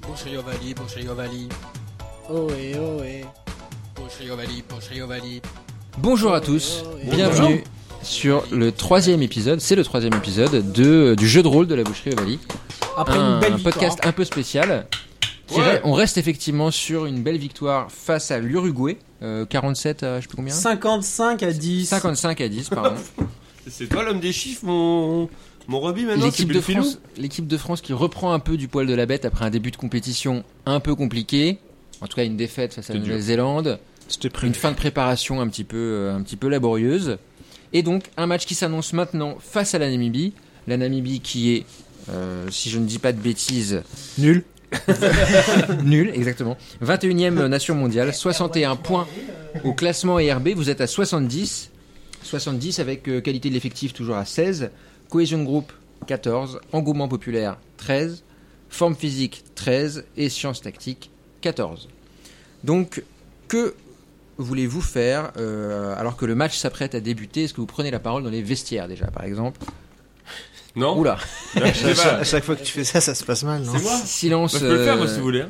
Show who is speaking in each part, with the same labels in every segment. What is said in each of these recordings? Speaker 1: Posriovali, Posriovali,
Speaker 2: Ohé, ohé.
Speaker 1: Posriovali, Posriovali.
Speaker 3: Bonjour à tous, bienvenue sur le troisième épisode, c'est le troisième épisode de, du jeu de rôle de la boucherie Ovalie.
Speaker 2: Après
Speaker 3: un,
Speaker 2: une belle
Speaker 3: un
Speaker 2: victoire.
Speaker 3: podcast un peu spécial. qui
Speaker 4: Ouais.
Speaker 3: re- on reste effectivement sur une belle victoire face à l'Uruguay, euh, 47 à je sais plus combien
Speaker 2: 55 à 10.
Speaker 3: 55 à 10, pardon.
Speaker 4: C'est toi l'homme des chiffres, mon, mon Roby maintenant c'est
Speaker 3: L'équipe de,
Speaker 4: Bullfilou
Speaker 3: France- l'équipe de France qui reprend un peu du poil de la bête après un début de compétition un peu compliqué, en tout cas une défaite face à la
Speaker 4: C'était dur.
Speaker 3: Nouvelle-Zélande,
Speaker 5: C'était prévu.
Speaker 3: une fin de préparation un petit peu, euh, un petit peu laborieuse, et donc un match qui s'annonce maintenant face à la Namibie, la Namibie qui est, euh, si je ne dis pas de bêtises,
Speaker 5: Nul.
Speaker 3: Nul, exactement. 21e nation mondiale, 61 points au classement ERB. Vous êtes à 70. 70 avec euh, qualité de l'effectif toujours à 16. Cohésion de groupe 14. Engouement populaire 13. Forme physique 13. Et sciences tactiques 14. Donc, que voulez-vous faire euh, alors que le match s'apprête à débuter Est-ce que vous prenez la parole dans les vestiaires déjà, par exemple
Speaker 4: Non, Bah,
Speaker 3: Oula,
Speaker 4: je sais pas.
Speaker 5: À chaque fois que tu fais ça, ça se passe mal, non
Speaker 4: C'est Oh, moi
Speaker 3: silence.
Speaker 4: Bah, je peux le faire, moi,
Speaker 3: euh,
Speaker 4: si vous voulez. hein.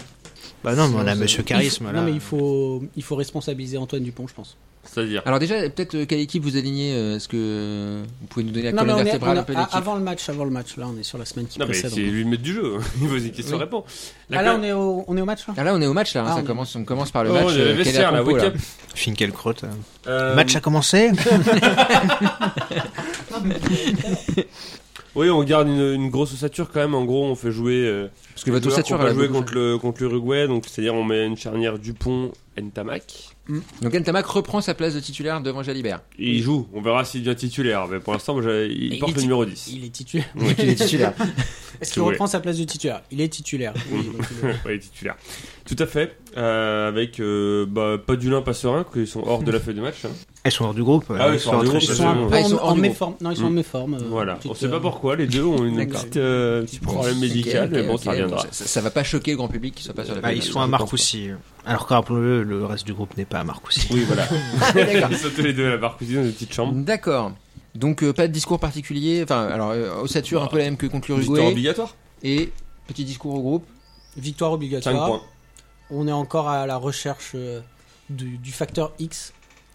Speaker 5: Bah non, mais on a
Speaker 3: C'est-
Speaker 5: Monsieur Charisme
Speaker 2: Il faut-
Speaker 5: là.
Speaker 2: Non, mais il faut, il faut responsabiliser Antoine Dupont, je pense.
Speaker 4: C'est-à-dire.
Speaker 3: Alors déjà, peut-être euh, quelle équipe vous alignez euh, Est-ce que euh, vous pouvez nous donner la
Speaker 2: non, mais
Speaker 3: colonne
Speaker 2: on est-
Speaker 3: vertébrale
Speaker 2: on
Speaker 3: un peu
Speaker 2: est-
Speaker 3: de
Speaker 2: a-
Speaker 3: l'équipe
Speaker 2: avant le match, avant le match. Là, on est sur la semaine qui
Speaker 4: Non, mais c'est
Speaker 2: précède.
Speaker 4: lui le maître du jeu. Il pose une question,
Speaker 3: Oui.
Speaker 4: répond.
Speaker 2: Ah, là, on est au, on est au match là.
Speaker 3: Ah là, on est au match là. hein,
Speaker 2: Ah,
Speaker 3: ça
Speaker 2: on-
Speaker 3: commence, on commence par
Speaker 4: Oh,
Speaker 3: le match.
Speaker 4: on est
Speaker 3: euh,
Speaker 4: à la
Speaker 3: quelle est
Speaker 4: vestiaire, la
Speaker 3: compo, là
Speaker 4: wake-up.
Speaker 5: Finkielkraut. euh.
Speaker 4: Euh,
Speaker 5: Match a commencé.
Speaker 4: Oui, on garde une, une grosse ossature quand même. En gros, on fait jouer. euh,
Speaker 3: Parce que votre
Speaker 4: joueurs
Speaker 3: ossature,
Speaker 4: qu'on va
Speaker 3: elle a
Speaker 4: jouer
Speaker 3: beaucoup
Speaker 4: contre le contre l'Uruguay. Donc, c'est-à-dire, on met une charnière Dupont, Ntamak.
Speaker 3: changé. Donc Ntamak reprend sa place de titulaire devant Jalibert.
Speaker 4: Et Il joue. On verra s'il devient titulaire. Mais pour l'instant, moi, j'ai- il
Speaker 2: Et
Speaker 4: porte
Speaker 2: il
Speaker 4: le
Speaker 2: dit-
Speaker 4: numéro 10.
Speaker 2: Il est titulaire.
Speaker 3: Donc il est titulaire.
Speaker 2: Est-ce
Speaker 4: Si
Speaker 2: qu'il
Speaker 4: vous
Speaker 2: reprend sa place de titulaire Il est titulaire. Oui, donc il est-
Speaker 4: Ouais, titulaire. Tout à fait. Euh, avec euh, bah, pas du lin, pas serein, qu'ils sont hors de la feuille de match. hein.
Speaker 5: Elles sont hors du groupe.
Speaker 4: Ah oui,
Speaker 5: elles
Speaker 4: ils sont hors du
Speaker 5: rentrées
Speaker 4: groupe,
Speaker 2: Ils
Speaker 5: chez
Speaker 2: sont
Speaker 5: eux.
Speaker 2: un peu
Speaker 3: Ah, ils sont
Speaker 2: en-
Speaker 3: hors
Speaker 2: en
Speaker 3: du
Speaker 2: méforme. Non, ils sont en
Speaker 4: Mm.
Speaker 2: méforme. euh,
Speaker 4: Voilà.
Speaker 2: petite,
Speaker 4: On sait pas
Speaker 2: euh,
Speaker 4: pourquoi. Les deux ont une
Speaker 3: D'accord.
Speaker 4: petite, euh, petit problème médical,
Speaker 3: Ok,
Speaker 4: mais bon,
Speaker 3: ok,
Speaker 4: ça
Speaker 3: ok.
Speaker 4: reviendra.
Speaker 3: Ça, ça va pas choquer le grand public qui soit pas sur la
Speaker 5: Bah, ils
Speaker 3: colonne,
Speaker 5: sont à
Speaker 3: je pense
Speaker 5: Marcoussis. Alors que rappelons-le, le reste du groupe n'est pas à Marcoussis.
Speaker 4: Oui, voilà.
Speaker 3: pas. D'accord.
Speaker 4: Ils sont tous les deux à la barre cuisine dans une petite chambre.
Speaker 3: D'accord. Donc euh, pas de discours particulier. Enfin, alors euh, ossature un peu la même que contre
Speaker 4: Victoire
Speaker 3: l'Uruguay
Speaker 4: obligatoire.
Speaker 3: et petit discours au groupe.
Speaker 2: Victoire
Speaker 4: 5
Speaker 2: obligatoire.
Speaker 4: points.
Speaker 2: On est encore à la recherche euh, du, du facteur X.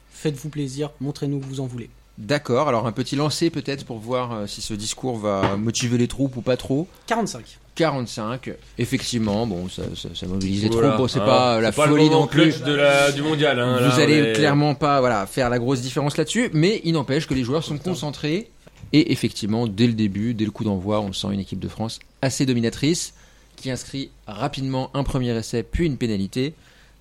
Speaker 2: Faites-vous plaisir, montrez-nous que vous en voulez.
Speaker 3: D'accord. Alors un petit lancer peut-être pour voir euh, si ce discours va motiver les troupes ou pas trop.
Speaker 2: 45.
Speaker 3: 45, effectivement, bon, ça, ça- ça mobilise les
Speaker 4: Voilà,
Speaker 3: troupes, bon, c'est
Speaker 4: hein.
Speaker 3: pas la
Speaker 4: C'est pas le
Speaker 3: folie
Speaker 4: moment
Speaker 3: non plus.
Speaker 4: clutch de la, du mondial. hein, là,
Speaker 3: Vous allez
Speaker 4: mais-
Speaker 3: clairement pas voilà, faire la grosse différence là-dessus, mais il n'empêche que les joueurs sont concentrés. Et effectivement, dès le début, dès le coup d'envoi, on sent une équipe de France assez dominatrice, qui inscrit rapidement un premier essai, puis une pénalité.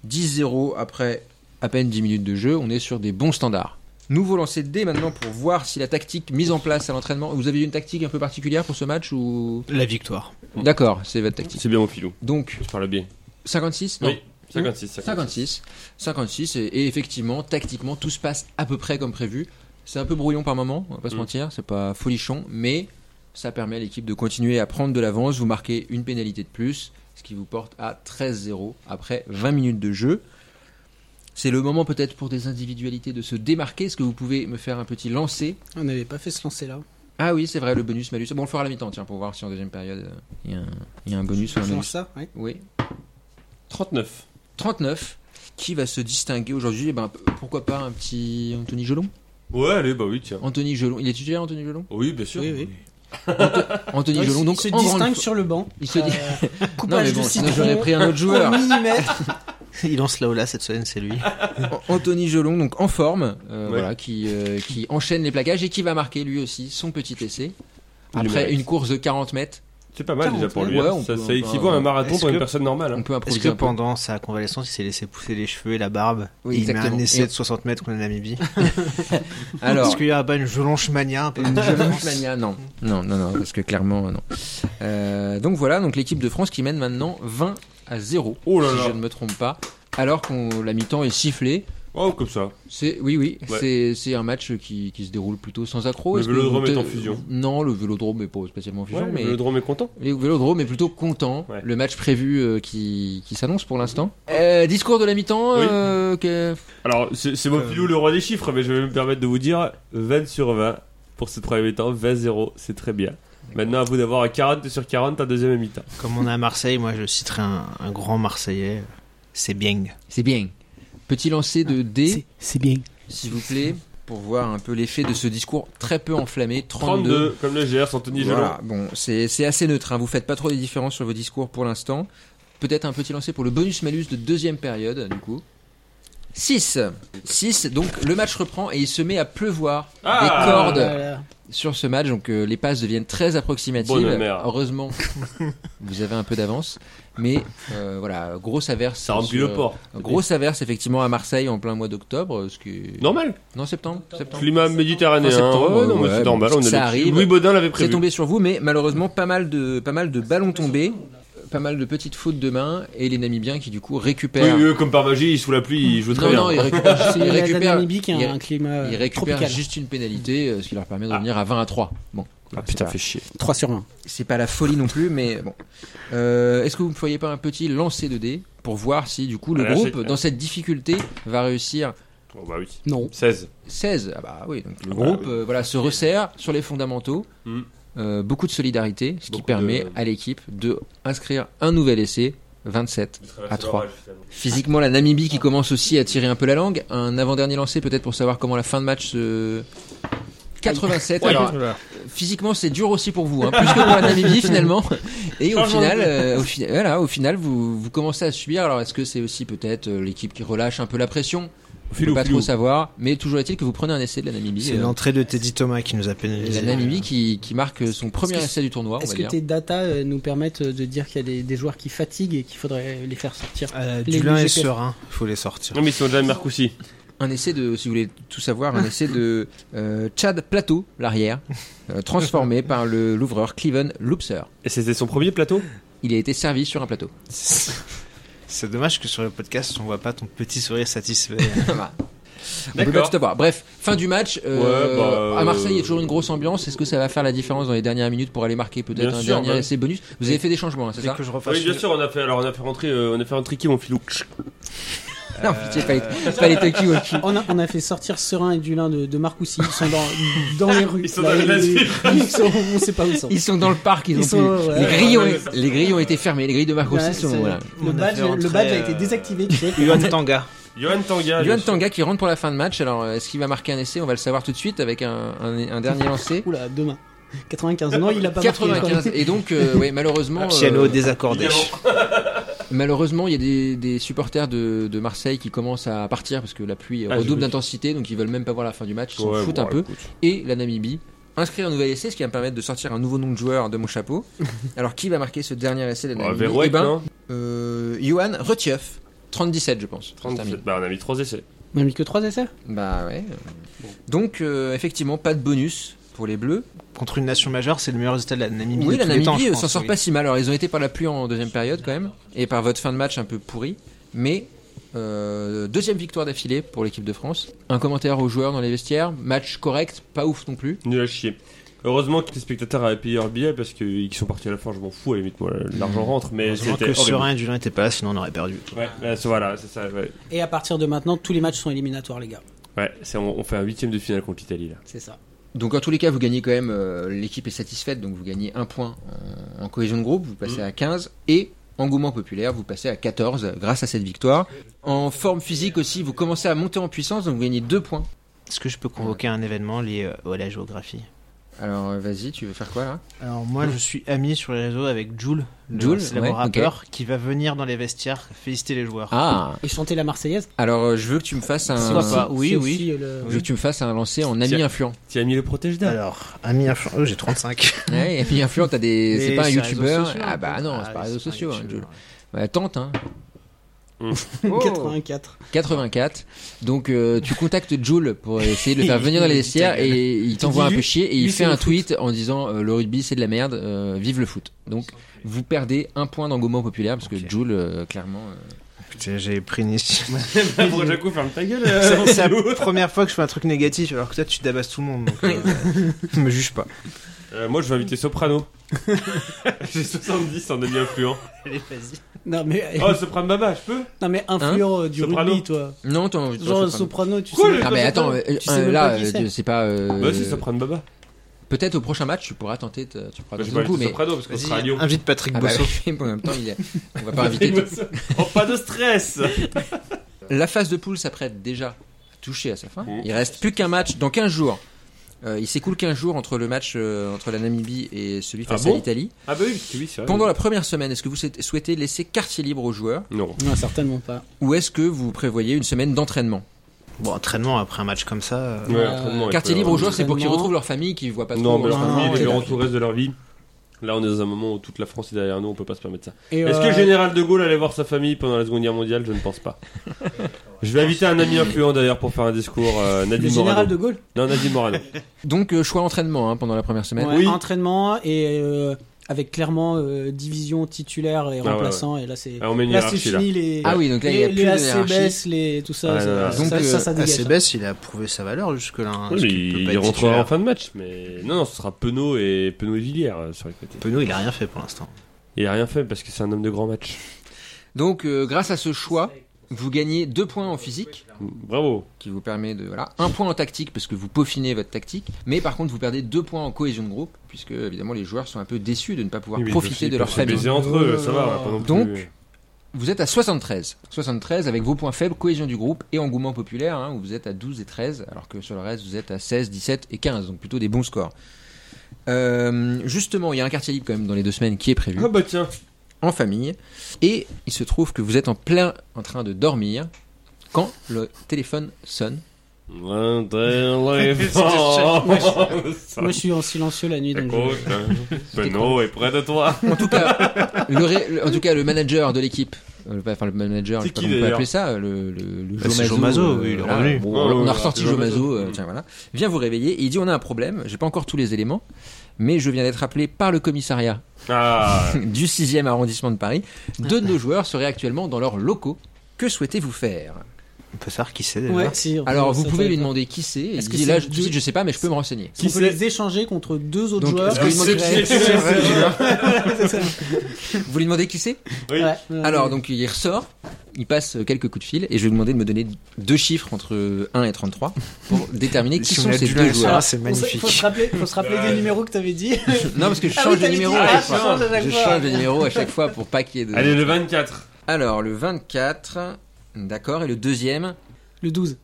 Speaker 3: 10-0 après à peine 10 minutes de jeu, on est sur des bons standards. Nouveau lancer de dés maintenant pour voir si la tactique mise en place à l'entraînement. Vous avez une tactique un peu particulière pour ce match ou
Speaker 5: La victoire.
Speaker 3: D'accord, c'est votre tactique.
Speaker 4: C'est bien mon filou.
Speaker 3: Donc
Speaker 4: Je parle bien.
Speaker 3: 56 non.
Speaker 4: Oui. 56, 56.
Speaker 3: 56. 56, et, et effectivement, tactiquement, tout se passe à peu près comme prévu. C'est un peu brouillon par moment, on va pas se
Speaker 4: Mm.
Speaker 3: mentir, c'est pas folichon, mais ça permet à l'équipe de continuer à prendre de l'avance. Vous marquez une pénalité de plus, ce qui vous porte à 13-0 après 20 minutes de jeu. C'est le moment peut-être pour des individualités de se démarquer. Est-ce que vous pouvez me faire un petit lancer
Speaker 2: On n'avait pas fait ce lancer là.
Speaker 3: Ah oui, c'est vrai, le bonus malus. Bon, on le fera à la mi-temps, tiens, pour voir si en deuxième période euh, il y a un- il y, a un bonus ou un
Speaker 2: Je lance
Speaker 3: malus.
Speaker 2: ça, ouais.
Speaker 3: Oui,
Speaker 4: 39.
Speaker 3: 39 qui va se distinguer aujourd'hui eh ben, p- Pourquoi pas un petit Anthony Gelon
Speaker 4: Ouais, allez, bah oui, tiens.
Speaker 3: Anthony Gelon, il est titulaire Anthony Gelon
Speaker 4: Oui, bien sûr.
Speaker 2: Oui, oui.
Speaker 3: Anthony
Speaker 2: Ouais,
Speaker 3: Gelon,
Speaker 2: il
Speaker 3: donc
Speaker 2: se
Speaker 3: en grande
Speaker 2: distingue
Speaker 3: fo-
Speaker 2: sur le banc.
Speaker 3: Il se dit.
Speaker 2: Euh,
Speaker 3: non,
Speaker 2: coupage
Speaker 3: mais
Speaker 2: de
Speaker 3: bon, sinon
Speaker 2: citron
Speaker 3: j'aurais pris un autre joueur.
Speaker 2: au millimètre.
Speaker 5: Il lance là-haut là cette semaine, c'est lui.
Speaker 4: Ah,
Speaker 3: An- Anthony Gelon, donc en forme, euh,
Speaker 4: Ouais.
Speaker 3: voilà, qui, euh, qui enchaîne les plaquages et qui va marquer lui aussi son petit essai. Après
Speaker 4: Numérique.
Speaker 3: une course de 40 mètres,
Speaker 4: C'est pas mal déjà pour
Speaker 3: 40,
Speaker 4: lui.
Speaker 3: ouais,
Speaker 4: hein.
Speaker 3: on
Speaker 4: ça
Speaker 3: peut-
Speaker 4: ça
Speaker 3: on peut-
Speaker 4: équivaut à un marathon
Speaker 5: Est-ce
Speaker 4: pour une
Speaker 5: que-
Speaker 4: personne normale. hein.
Speaker 3: on peut
Speaker 5: Est-ce que
Speaker 3: improviser un peu.
Speaker 5: pendant sa convalescence, il s'est laissé pousser les cheveux et la barbe
Speaker 3: Oui,
Speaker 5: Il
Speaker 3: exactement.
Speaker 5: met un essai
Speaker 3: Et-
Speaker 5: de 60 mètres contre la Namibie.
Speaker 3: Alors,
Speaker 5: Est-ce qu'il y a pas une gelonche mania un peu
Speaker 3: Une violence mania, non. Non, non, non, parce que clairement, non. Euh, donc voilà, donc l'équipe de France qui mène maintenant 20 à 0,
Speaker 4: Oh là
Speaker 3: si
Speaker 4: là.
Speaker 3: je ne me trompe pas, alors qu'on la mi-temps est sifflée.
Speaker 4: Oh, comme ça.
Speaker 3: C'est oui, oui,
Speaker 4: Ouais.
Speaker 3: c'est- c'est un match qui, qui se déroule plutôt sans accroc.
Speaker 4: Le
Speaker 3: Est-ce que
Speaker 4: Vélodrome
Speaker 3: vous-
Speaker 4: est en fusion.
Speaker 3: Non, le Vélodrome est pas spécialement en fusion,
Speaker 4: Ouais,
Speaker 3: mais
Speaker 4: Le drôme est content.
Speaker 3: le Vélodrome est plutôt content.
Speaker 4: Ouais.
Speaker 3: Le match prévu euh, qui, qui s'annonce pour l'instant. Euh, discours de la mi-temps.
Speaker 4: Oui.
Speaker 3: euh, que-
Speaker 4: Alors, c'est c'est mon
Speaker 5: Euh,
Speaker 4: filou, le roi des chiffres, mais je vais me permettre de vous dire 20 sur 20 pour ce premier temps, 20-0, c'est très bien. Maintenant, à vous d'avoir à 40 sur 40 ta deuxième mi-temps.
Speaker 5: Comme on est à Marseille, moi je citerai un, un grand Marseillais, c'est Bieng.
Speaker 3: C'est bien. Ah, Petit lancer de dés,
Speaker 2: C'est bien.
Speaker 3: s'il vous plaît, pour voir un peu l'effet de ce discours très peu enflammé. 32.
Speaker 4: 32, comme le GR, Anthony Gelon.
Speaker 3: Voilà, bon, c'est c'est assez neutre. Hein. Vous faites pas trop de différences sur vos discours pour l'instant. Peut-être un petit lancer pour le bonus-malus de deuxième période, du coup. 6. 6, donc le match reprend et il se met à pleuvoir
Speaker 4: Ah
Speaker 3: des cordes
Speaker 2: Voilà.
Speaker 3: sur ce match. Donc euh, les passes deviennent très approximatives.
Speaker 4: Bonne mère.
Speaker 3: Heureusement, vous avez un peu d'avance. Mais euh, voilà, grosse averse.
Speaker 4: Ça remplit
Speaker 3: sur-
Speaker 4: le port.
Speaker 3: Grosse averse effectivement à Marseille en plein mois d'octobre, ce qui est-
Speaker 4: Normal.
Speaker 3: non septembre, septembre.
Speaker 4: Climat méditerranéen.
Speaker 3: Fin septembre,
Speaker 4: Ouais, non, mais
Speaker 3: ouais,
Speaker 4: c'est
Speaker 3: bon,
Speaker 4: normal. On est
Speaker 3: ça
Speaker 4: là-dessus.
Speaker 3: arrive.
Speaker 4: Louis Baudin l'avait
Speaker 3: C'est
Speaker 4: prévu.
Speaker 3: tombé sur vous, mais malheureusement pas mal de pas mal de ballons tombés, euh, pas mal de petites fautes de main et les Namibiens qui du coup
Speaker 4: Oui,
Speaker 3: récupèrent.
Speaker 4: eux, comme par magie, ils sous la pluie, ils jouent très
Speaker 3: non non, ils
Speaker 4: bien.
Speaker 3: récupèrent,
Speaker 2: C'est la-
Speaker 3: ils
Speaker 2: la
Speaker 3: récupèrent-
Speaker 2: Namibie qui a
Speaker 3: ils-
Speaker 2: un climat
Speaker 3: ils
Speaker 2: euh,
Speaker 3: récupèrent
Speaker 2: tropical.
Speaker 3: juste une pénalité, euh, ce qui leur permet de revenir à 20 à 3. Bon,
Speaker 4: Ah
Speaker 3: c'est
Speaker 4: putain,
Speaker 3: pas-
Speaker 4: fait chier.
Speaker 2: 3 sur 20.
Speaker 3: c'est pas la folie non plus, mais bon. Euh, Est-ce que vous ne feriez pas un petit lancer de dés pour voir si du coup le
Speaker 4: Ah, là,
Speaker 3: groupe
Speaker 4: c'est-
Speaker 3: dans cette difficulté va réussir
Speaker 4: Oh, bah oui.
Speaker 2: Non.
Speaker 4: 16.
Speaker 3: 16, ah bah oui, donc le
Speaker 4: Ah bah
Speaker 3: groupe
Speaker 4: oui.
Speaker 3: euh, voilà, se resserre sur les fondamentaux.
Speaker 4: Mm.
Speaker 3: Euh, beaucoup de solidarité, ce qui
Speaker 4: Beaucoup
Speaker 3: permet
Speaker 4: de- euh,
Speaker 3: à l'équipe de inscrire un nouvel essai, 27. À trois. Physiquement, la Namibie qui commence aussi à tirer un peu la langue. Un avant-dernier lancé peut-être pour savoir comment la fin de match se... 87. Alors, physiquement, c'est dur aussi pour vous, hein, plus que pour la Namibie finalement. Et au
Speaker 4: Changement de
Speaker 3: final, euh, au, fi- voilà, au final, vous, vous commencez à subir. Alors, est-ce que c'est aussi peut-être euh, l'équipe qui relâche un peu la pression On peut
Speaker 4: Filou,
Speaker 3: pas
Speaker 4: filou.
Speaker 3: trop savoir. Mais toujours est-il que vous prenez un essai de la Namibie.
Speaker 5: C'est
Speaker 3: euh,
Speaker 5: l'entrée de Teddy Thomas qui nous a pénalisé.
Speaker 3: la Namibie qui, qui marque son premier
Speaker 2: Euh, que-
Speaker 3: essai du tournoi, on
Speaker 2: Est-ce
Speaker 3: va
Speaker 2: que
Speaker 3: dire.
Speaker 2: tes data euh, nous permettent euh, de dire qu'il y a des, des joueurs qui fatiguent et qu'il faudrait les faire sortir
Speaker 5: Euh,
Speaker 2: Les-
Speaker 5: Dulin
Speaker 2: les
Speaker 5: est
Speaker 2: GPS.
Speaker 5: serein, faut les sortir.
Speaker 4: Non, mais ils sont déjà à Mercoussi.
Speaker 3: Un essai de, si vous voulez tout savoir, un essai de euh, Chad Plateau, l'arrière, euh, transformé par le l'ouvreur Cleven Loopser.
Speaker 4: Et c'était son premier plateau
Speaker 3: Il a été servi sur un plateau.
Speaker 5: C'est dommage que sur le podcast on voit pas ton petit sourire satisfait.
Speaker 3: On peut pas tout avoir. Bref, fin du match. euh,
Speaker 4: Ouais, bah,
Speaker 3: à Marseille, il y a
Speaker 4: euh,
Speaker 3: toujours une grosse ambiance. Est-ce que ça va faire la différence dans les dernières minutes pour aller marquer peut-être
Speaker 4: Bien sûr,
Speaker 3: un
Speaker 4: bah,
Speaker 3: dernier
Speaker 4: ouais.
Speaker 3: essai bonus Vous avez fait des changements, hein, c'est
Speaker 5: Dès
Speaker 3: ça
Speaker 5: que je refasse
Speaker 4: Oui, bien
Speaker 5: une-
Speaker 4: sûr, on a fait, alors, on a fait rentrer, euh, on a fait rentrer qui, mon filou
Speaker 3: Non, pitié, pas les,
Speaker 4: Euh.
Speaker 3: pas les talkie-walkie.
Speaker 2: on a, on a fait sortir Serein et Dulin de, de Marcoussis. Ils sont dans, dans les rues.
Speaker 4: Ils sont
Speaker 2: Là,
Speaker 4: dans les
Speaker 2: ils- ils sont- On sait pas où ils sont.
Speaker 3: Ils sont dans le parc, ils,
Speaker 2: Ils
Speaker 3: ont
Speaker 2: sont-
Speaker 3: plus-
Speaker 2: ouais.
Speaker 3: les, grilles
Speaker 4: Ouais,
Speaker 3: ont, les grilles ont été fermées, les grilles de Marcos
Speaker 2: Ouais,
Speaker 3: sont.
Speaker 2: c'est-
Speaker 3: Voilà.
Speaker 5: On a
Speaker 2: Le badge,
Speaker 5: fait
Speaker 2: le
Speaker 5: rentrer,
Speaker 2: badge a
Speaker 5: euh,
Speaker 2: été désactivé. tu sais.
Speaker 5: Yuan Tanga.
Speaker 4: Johan Tanga. Ah, bien
Speaker 3: Johan
Speaker 4: sûr.
Speaker 3: Tanga qui rentre pour la fin de match. Alors, euh, est-ce qu'il va marquer un essai On va le savoir tout de suite avec un, un- un dernier lancé.
Speaker 2: Oula, demain. 95. Non, il a pas marqué.
Speaker 3: 95. Et donc, euh, ouais, malheureusement,
Speaker 5: Piano
Speaker 3: euh,
Speaker 5: désaccordé.
Speaker 4: Évidemment.
Speaker 3: malheureusement, il y a des, des supporters de, de Marseille qui commencent à partir parce que la pluie
Speaker 4: Ah,
Speaker 3: redouble
Speaker 4: joli.
Speaker 3: d'intensité, donc ils veulent même pas voir la fin du match, ils s'en
Speaker 4: Ouais,
Speaker 3: foutent
Speaker 4: bon,
Speaker 3: un peu.
Speaker 4: écoute.
Speaker 3: Et la Namibie inscrit un nouvel essai, ce qui va me permettre de sortir un nouveau nom de joueur de mon chapeau. Alors, qui va marquer ce dernier essai de la
Speaker 4: Ouais,
Speaker 3: Namibie
Speaker 4: Verrouek,
Speaker 3: Eh ben,
Speaker 4: Ah, non
Speaker 3: euh, Johan Retief. 37 je pense. Ça se termine.
Speaker 4: 37. Bah, on a mis 3 essais.
Speaker 2: On a mis que 3 essais
Speaker 3: Bah ouais. Donc euh, effectivement pas de bonus pour les bleus.
Speaker 5: Contre une nation majeure, c'est le meilleur résultat de la Namibie.
Speaker 3: Oui,
Speaker 5: de
Speaker 3: la
Speaker 5: tous les temps,
Speaker 3: Namibie
Speaker 5: je
Speaker 3: euh,
Speaker 5: pense,
Speaker 3: s'en sort
Speaker 5: oui.
Speaker 3: pas si mal. Alors, ils ont été par la pluie en deuxième période quand même, et par votre fin de match un peu pourri. Mais euh, deuxième victoire d'affilée pour l'équipe de France. Un commentaire aux joueurs dans les vestiaires. Match correct, pas ouf non plus.
Speaker 4: Nul à chier. Heureusement que les spectateurs avaient payé leur billet parce qu'ils sont partis à la fin, je m'en fous, à la limite, moi, l'argent
Speaker 3: Mm.
Speaker 4: rentre, mais
Speaker 5: Heureusement
Speaker 4: c'était
Speaker 5: que
Speaker 4: horrible.
Speaker 5: Serein et Dulin n'étaient pas là, sinon on aurait perdu.
Speaker 4: Ouais, ouais, c'est- voilà, c'est ça, ouais.
Speaker 2: Et à partir de maintenant, tous les matchs sont éliminatoires, les gars.
Speaker 4: Ouais, c'est- on, on fait un huitième de finale contre l'Italie, là.
Speaker 2: C'est ça.
Speaker 3: Donc en tous les cas, vous gagnez quand même, euh, l'équipe est satisfaite, donc vous gagnez un point euh, en, en cohésion de groupe, vous
Speaker 5: Mm.
Speaker 3: passez à 15, et engouement populaire, vous passez à 14 grâce à cette victoire. En forme physique aussi, vous commencez à monter en puissance, donc vous gagnez deux points.
Speaker 5: Est-ce que je peux convoquer un événement lié euh, à la géographie
Speaker 3: Alors euh, vas-y, tu veux faire quoi là
Speaker 5: Alors moi, je suis ami sur les réseaux avec Jules, le
Speaker 3: Jul,
Speaker 5: célèbre
Speaker 3: ouais, ok.
Speaker 5: rappeur, qui va venir dans les vestiaires féliciter les joueurs.
Speaker 3: Ah
Speaker 2: Et chanter la Marseillaise
Speaker 3: Alors euh, je veux que tu me fasses un...
Speaker 5: Soit pas. oui,
Speaker 2: C'est
Speaker 5: oui.
Speaker 2: aussi, euh, le-
Speaker 3: Je veux que tu me fasses un lancer en ami
Speaker 4: Tiens.
Speaker 3: influent.
Speaker 4: Tu as mis le protège d'art.
Speaker 5: Alors, ami influent, oh, j'ai 35.
Speaker 3: Ouais, ami influent, t'as des. C'est
Speaker 5: Mais
Speaker 3: pas un
Speaker 5: réseaux
Speaker 3: youtubeur.
Speaker 5: sociaux, un
Speaker 3: Ah
Speaker 5: peu.
Speaker 3: bah non, c'est
Speaker 5: Ah
Speaker 3: pas
Speaker 5: oui,
Speaker 3: réseaux
Speaker 5: c'est un
Speaker 3: sociaux. hein,
Speaker 5: youtubeur,
Speaker 3: Jules. Bah, tente, hein.
Speaker 2: Mmh.
Speaker 4: Mm.
Speaker 3: Oh
Speaker 2: 84.
Speaker 3: 84. Donc euh, tu contactes Jules pour essayer de le faire venir dans les vestiaires et il t'envoie un
Speaker 2: Dis-lui,
Speaker 3: peu chier et
Speaker 2: lui,
Speaker 3: il
Speaker 2: c'est
Speaker 3: fait
Speaker 2: le
Speaker 3: un
Speaker 2: foot.
Speaker 3: tweet en disant euh, le rugby c'est de la merde, euh, vive le foot. Donc vous perdez un point d'engouement populaire parce que
Speaker 5: Ok.
Speaker 3: Jules euh, clairement. euh,
Speaker 5: Putain, j'ai pris une initiative.
Speaker 4: Pour Jaco, ferme ta gueule. euh,
Speaker 5: C'est c'est
Speaker 4: filou.
Speaker 5: la première fois que je fais un truc négatif, alors que toi, tu tabasses tout le monde. Donc, euh, me juge pas.
Speaker 4: Euh, moi, je vais inviter Soprano. J'ai 70 en ami influent.
Speaker 5: Allez, vas-y.
Speaker 2: Non, mais,
Speaker 4: Oh, Soprano Baba, je peux
Speaker 2: non, mais influent euh, du
Speaker 4: Soprano.
Speaker 2: rugby, toi.
Speaker 3: Non, t'en envie de
Speaker 2: Genre soprano, tu
Speaker 4: Cool.
Speaker 2: sais.
Speaker 3: Ah mais attends,
Speaker 4: Tu
Speaker 3: euh,
Speaker 2: sais
Speaker 3: euh,
Speaker 2: même
Speaker 3: là
Speaker 2: pas qui
Speaker 3: euh,
Speaker 4: Ah,
Speaker 2: c'est.
Speaker 3: c'est pas. euh,
Speaker 4: Bah, si, Soprano Baba.
Speaker 3: Peut-être au prochain match, tu pourras tenter, te- tu pourras
Speaker 4: Bah, je
Speaker 3: tenter
Speaker 4: vais
Speaker 3: ton coup,
Speaker 4: aller
Speaker 3: mais.
Speaker 4: Soprano parce qu'on sera à
Speaker 5: Vas-y,
Speaker 4: Lyon.
Speaker 5: invite Patrick
Speaker 3: Ah bah
Speaker 5: Bosso.
Speaker 3: oui, mais en même temps, il est- on va pas inviter. tout-
Speaker 4: Oh, pas de stress
Speaker 3: La phase de poule s'apprête déjà à toucher à sa fin.
Speaker 4: Mhm.
Speaker 3: Il reste plus qu'un match dans 15 jours. Euh, il s'écoule 15 jours entre le match euh, entre la Namibie et celui
Speaker 4: Ah
Speaker 3: face
Speaker 4: bon
Speaker 3: à l'Italie.
Speaker 4: Ah, bah oui, parce que oui, c'est vrai.
Speaker 3: Pendant la première semaine, est-ce que vous souhaitez- souhaitez laisser quartier libre aux joueurs
Speaker 4: Non.
Speaker 2: Non, certainement pas.
Speaker 3: ou est-ce que vous prévoyez une semaine d'entraînement
Speaker 5: Bon, entraînement après un match comme ça. euh,
Speaker 4: Ouais,
Speaker 2: Euh,
Speaker 4: entraînement,
Speaker 3: Quartier
Speaker 4: il faut-
Speaker 3: libre aux joueurs, c'est pour qu'ils
Speaker 2: Entraînement.
Speaker 3: retrouvent leur famille, qu'ils voient pas trop.
Speaker 4: Non, mais
Speaker 3: leur
Speaker 4: leur
Speaker 2: Non,
Speaker 4: famille,
Speaker 2: non,
Speaker 4: les
Speaker 2: ouais,
Speaker 4: gens
Speaker 2: d'accord.
Speaker 4: tout le reste de leur vie. Là, on est dans un moment où toute la France est derrière nous, on peut pas se permettre ça.
Speaker 2: Et,
Speaker 4: Est-ce
Speaker 2: euh,
Speaker 4: que le général de Gaulle allait voir sa famille pendant la Seconde Guerre mondiale Je ne pense pas. Je vais inviter un ami influent d'ailleurs pour faire un discours, euh,
Speaker 2: le
Speaker 4: Nadim
Speaker 2: général
Speaker 4: Morano.
Speaker 2: de Gaulle
Speaker 4: Non, Nadim Morano.
Speaker 3: Donc euh, choix entraînement hein, pendant la première semaine.
Speaker 2: Ouais,
Speaker 4: Oui.
Speaker 2: Entraînement et euh, avec clairement euh, division titulaire et
Speaker 4: ouais,
Speaker 2: remplaçant. Et là, c'est
Speaker 4: Ah, on met une
Speaker 2: là, c'est
Speaker 4: hiérarchie là.
Speaker 2: fini les.
Speaker 3: Ah oui, donc là il y a
Speaker 2: les,
Speaker 3: plus
Speaker 2: les
Speaker 3: de
Speaker 2: AC
Speaker 3: hiérarchie.
Speaker 2: baisse, les tout ça,
Speaker 4: Ouais,
Speaker 2: ça,
Speaker 4: non, non.
Speaker 2: ça,
Speaker 3: Donc,
Speaker 2: ça,
Speaker 3: euh,
Speaker 2: ça dégage. ça.
Speaker 5: ACBS, il a prouvé sa valeur jusque-là. hein,
Speaker 4: Oui,
Speaker 5: parce
Speaker 4: mais
Speaker 5: qu'il peut
Speaker 4: il
Speaker 5: pas
Speaker 4: il
Speaker 5: être
Speaker 4: rentrera en
Speaker 5: titulaire.
Speaker 4: fin de match, mais non, non, ce sera Penaud et Penaud et Villiers euh, sur les côtés.
Speaker 5: Penaud, il a rien fait pour l'instant.
Speaker 4: Il a rien fait parce que c'est un homme de grand match.
Speaker 3: Donc euh, grâce à ce choix, vous gagnez deux points en physique,
Speaker 4: Bravo.
Speaker 3: qui vous permet de voilà un point en tactique parce que vous peaufinez votre tactique, mais par contre vous perdez deux points en cohésion de groupe puisque évidemment les joueurs sont un peu déçus de ne pas pouvoir
Speaker 4: Oui, mais
Speaker 3: profiter
Speaker 4: aussi
Speaker 3: de
Speaker 4: pour
Speaker 3: leur
Speaker 4: se
Speaker 3: famille.
Speaker 4: baiser entre eux, ça va. pas non plus.
Speaker 3: Donc, Vous êtes à 73. 73 avec vos points faibles, cohésion du groupe et engouement populaire, hein, où vous êtes à 12 et 13, alors que sur le reste, vous êtes à 16, 17 et 15, donc plutôt des bons scores. Euh, justement, il y a un quartier libre quand même dans les deux semaines qui est prévu,
Speaker 4: ah bah tiens,
Speaker 3: en famille, et il se trouve que vous êtes en plein en train de dormir quand le téléphone sonne.
Speaker 4: Un téléphone. Ça
Speaker 2: Moi, je suis en silencieux la nuit, donc je-
Speaker 4: t'écoute, hein. Penaud est près de toi.
Speaker 3: En tout cas, le, ré- le- en tout cas, le manager de l'équipe, euh, le- enfin le manager, je
Speaker 4: C'est
Speaker 3: sais pas
Speaker 4: qui,
Speaker 3: comment on peut
Speaker 4: d'ailleurs
Speaker 3: appeler ça, le, le, le
Speaker 5: Bah, c'est
Speaker 3: Jomazo, euh,
Speaker 5: Jomazo, oui, il est
Speaker 3: voilà,
Speaker 5: revenu.
Speaker 3: bon,
Speaker 4: Ouais,
Speaker 3: on a- on
Speaker 4: ouais,
Speaker 3: a ressorti
Speaker 4: c'est Oh, Jomazo.
Speaker 3: Jomazo, euh,
Speaker 4: Mm.
Speaker 3: tiens voilà, vient vous réveiller et il dit on a un problème, j'ai pas encore tous les éléments, mais je viens d'être appelé par le commissariat
Speaker 4: Ah,
Speaker 3: du 6e arrondissement de Paris. Deux de nos joueurs seraient actuellement dans leurs locaux. Que souhaitez-vous faire
Speaker 5: On peut savoir qui c'est déjà.
Speaker 2: Ouais, si, on-
Speaker 3: Alors vous
Speaker 2: ça
Speaker 3: pouvez
Speaker 2: peut
Speaker 3: lui
Speaker 2: être-
Speaker 3: demander qui c'est. et
Speaker 2: Est-ce
Speaker 3: Il
Speaker 2: que
Speaker 3: dit
Speaker 2: c'est
Speaker 3: là
Speaker 2: le
Speaker 3: je, tout de suite, je sais pas mais je peux me renseigner.
Speaker 2: Si on peut les échanger contre deux autres
Speaker 3: Donc,
Speaker 2: joueurs.
Speaker 3: est-ce que-
Speaker 2: Ouais,
Speaker 3: manquerait-
Speaker 2: c'est ça.
Speaker 3: Vous lui demandez qui c'est
Speaker 4: Oui.
Speaker 2: Ouais, ouais,
Speaker 3: Alors
Speaker 2: ouais.
Speaker 3: donc il ressort, il passe quelques coups de fil et je vais vous demander de me donner deux chiffres entre 1 et 33 pour déterminer qui
Speaker 5: Si on
Speaker 3: sont
Speaker 5: a
Speaker 3: ces
Speaker 5: du
Speaker 3: deux
Speaker 5: linge,
Speaker 3: joueurs.
Speaker 5: Ah, c'est
Speaker 2: On sait- Faut se
Speaker 5: magnifique.
Speaker 2: rappeler, faut se rappeler des numéros que t'avais dit.
Speaker 3: Non parce que je
Speaker 2: Ah oui,
Speaker 3: change de
Speaker 2: t'avais dit-
Speaker 3: numéro
Speaker 2: ah,
Speaker 3: à chaque
Speaker 2: tu
Speaker 3: fois.
Speaker 2: changes à chaque
Speaker 3: Je
Speaker 2: fois.
Speaker 3: change de numéro à chaque fois pour pas qu'il y ait de...
Speaker 4: allez le 24.
Speaker 3: Alors le 24, d'accord, et le deuxième,
Speaker 2: Le 12.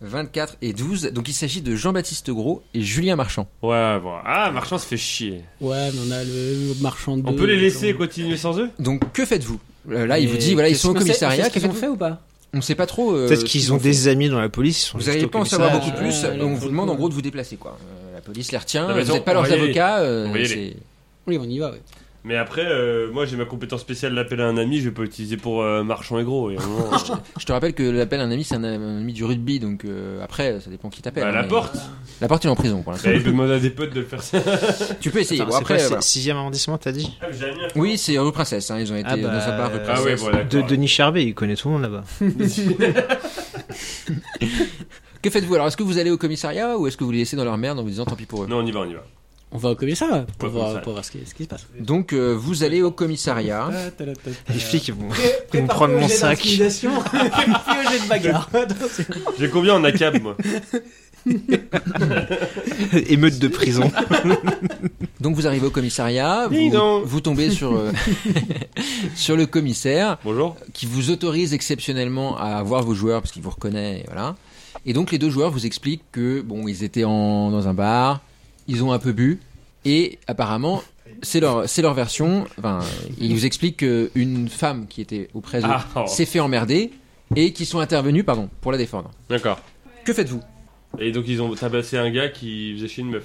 Speaker 3: 24 et 12, donc il s'agit de Jean-Baptiste Gros et Julien Marchand.
Speaker 4: Ouais, bon. Ah, Marchand se fait chier.
Speaker 2: Ouais, mais on a le marchand de.
Speaker 4: On peut les laisser continuer sans eux
Speaker 3: Donc que faites-vous Euh, Là il
Speaker 2: Et
Speaker 3: vous dit, voilà ils sont au
Speaker 2: qu'est-ce qu'on sait-
Speaker 3: commissariat,
Speaker 2: on sait ce
Speaker 3: qu'est-ce
Speaker 2: qu'ils ont
Speaker 3: qu'on
Speaker 2: fait ou pas
Speaker 3: On ne sait pas trop... euh,
Speaker 5: Peut-être
Speaker 3: ce
Speaker 5: qu'ils ont
Speaker 3: en font.
Speaker 5: des amis dans la police. Ils sont
Speaker 3: Vous
Speaker 5: juste
Speaker 3: n'arriez
Speaker 5: au
Speaker 3: pas en
Speaker 5: commissariat.
Speaker 3: savoir beaucoup
Speaker 2: ouais,
Speaker 3: plus,
Speaker 2: ouais, pour
Speaker 3: on vous
Speaker 2: le
Speaker 3: demande
Speaker 2: coup,
Speaker 3: en gros
Speaker 2: ouais.
Speaker 3: de vous déplacer quoi. Euh, la police les retient,
Speaker 4: Non, mais
Speaker 3: vous
Speaker 4: on-
Speaker 3: n'êtes pas
Speaker 4: on va
Speaker 3: leurs
Speaker 4: y aller.
Speaker 3: avocats.
Speaker 4: On
Speaker 3: euh,
Speaker 4: va y aller.
Speaker 3: c'est-
Speaker 2: Oui, on y va, ouais.
Speaker 4: Mais après, euh, moi j'ai ma compétence spéciale d'appeler un ami, je vais pas utiliser pour euh, Marchand et Gros. Et à un moment, euh,
Speaker 3: Je te rappelle que l'appel à un ami, c'est un, un ami du rugby, donc euh, après, ça dépend qui t'appelle.
Speaker 4: bah, à
Speaker 3: hein,
Speaker 4: la
Speaker 3: mais-
Speaker 4: porte.
Speaker 3: La porte, il est en prison pour l'instant.
Speaker 4: Et demander à des potes de le faire ça.
Speaker 3: tu peux essayer.
Speaker 5: Attends,
Speaker 3: bon,
Speaker 5: c'est
Speaker 3: après,
Speaker 5: quoi,
Speaker 3: voilà.
Speaker 5: c'est 6 arrondissement, t'as dit
Speaker 3: Oui, c'est rue Princesse. hein, ils ont été
Speaker 5: Ah bah,
Speaker 3: dans un bar rue
Speaker 5: euh,
Speaker 4: Ah
Speaker 3: Princesse.
Speaker 4: ouais, voilà.
Speaker 5: De Denis Charvet, il connaît tout le monde là-bas.
Speaker 3: Que faites-vous alors Est-ce que vous allez au commissariat ou est-ce que vous les laissez dans leur merde en vous disant tant pis pour eux
Speaker 4: Non, on y va, on y va.
Speaker 2: On va au commissariat pour,
Speaker 4: Ouais,
Speaker 2: voir,
Speaker 4: commissariat.
Speaker 2: pour voir ce qui, ce qui se passe.
Speaker 3: Donc, euh, vous allez au commissariat.
Speaker 5: Les flics, ils vont, ils vont prendre mon sac.
Speaker 2: Puis au jet de bagarre.
Speaker 4: J'ai combien en ACAB, moi
Speaker 5: Émeute de prison.
Speaker 3: Donc, vous arrivez au commissariat.
Speaker 4: Dis
Speaker 3: Vous,
Speaker 4: donc.
Speaker 3: vous tombez sur, euh, sur le commissaire
Speaker 4: Bonjour.
Speaker 3: qui vous autorise exceptionnellement à voir vos joueurs parce qu'il vous reconnaît. Et voilà. Et donc, les deux joueurs vous expliquent que, bon, ils étaient en- dans un bar, ils ont un peu bu, et apparemment, c'est leur, c'est leur version. Enfin, ils vous expliquent qu'une femme qui était auprès d'eux
Speaker 4: Ah, oh.
Speaker 3: s'est fait emmerder et qu'ils sont intervenus, pardon, pour la défendre.
Speaker 4: D'accord.
Speaker 3: Que faites-vous
Speaker 4: Et donc ils ont tabassé un gars qui faisait chier une meuf.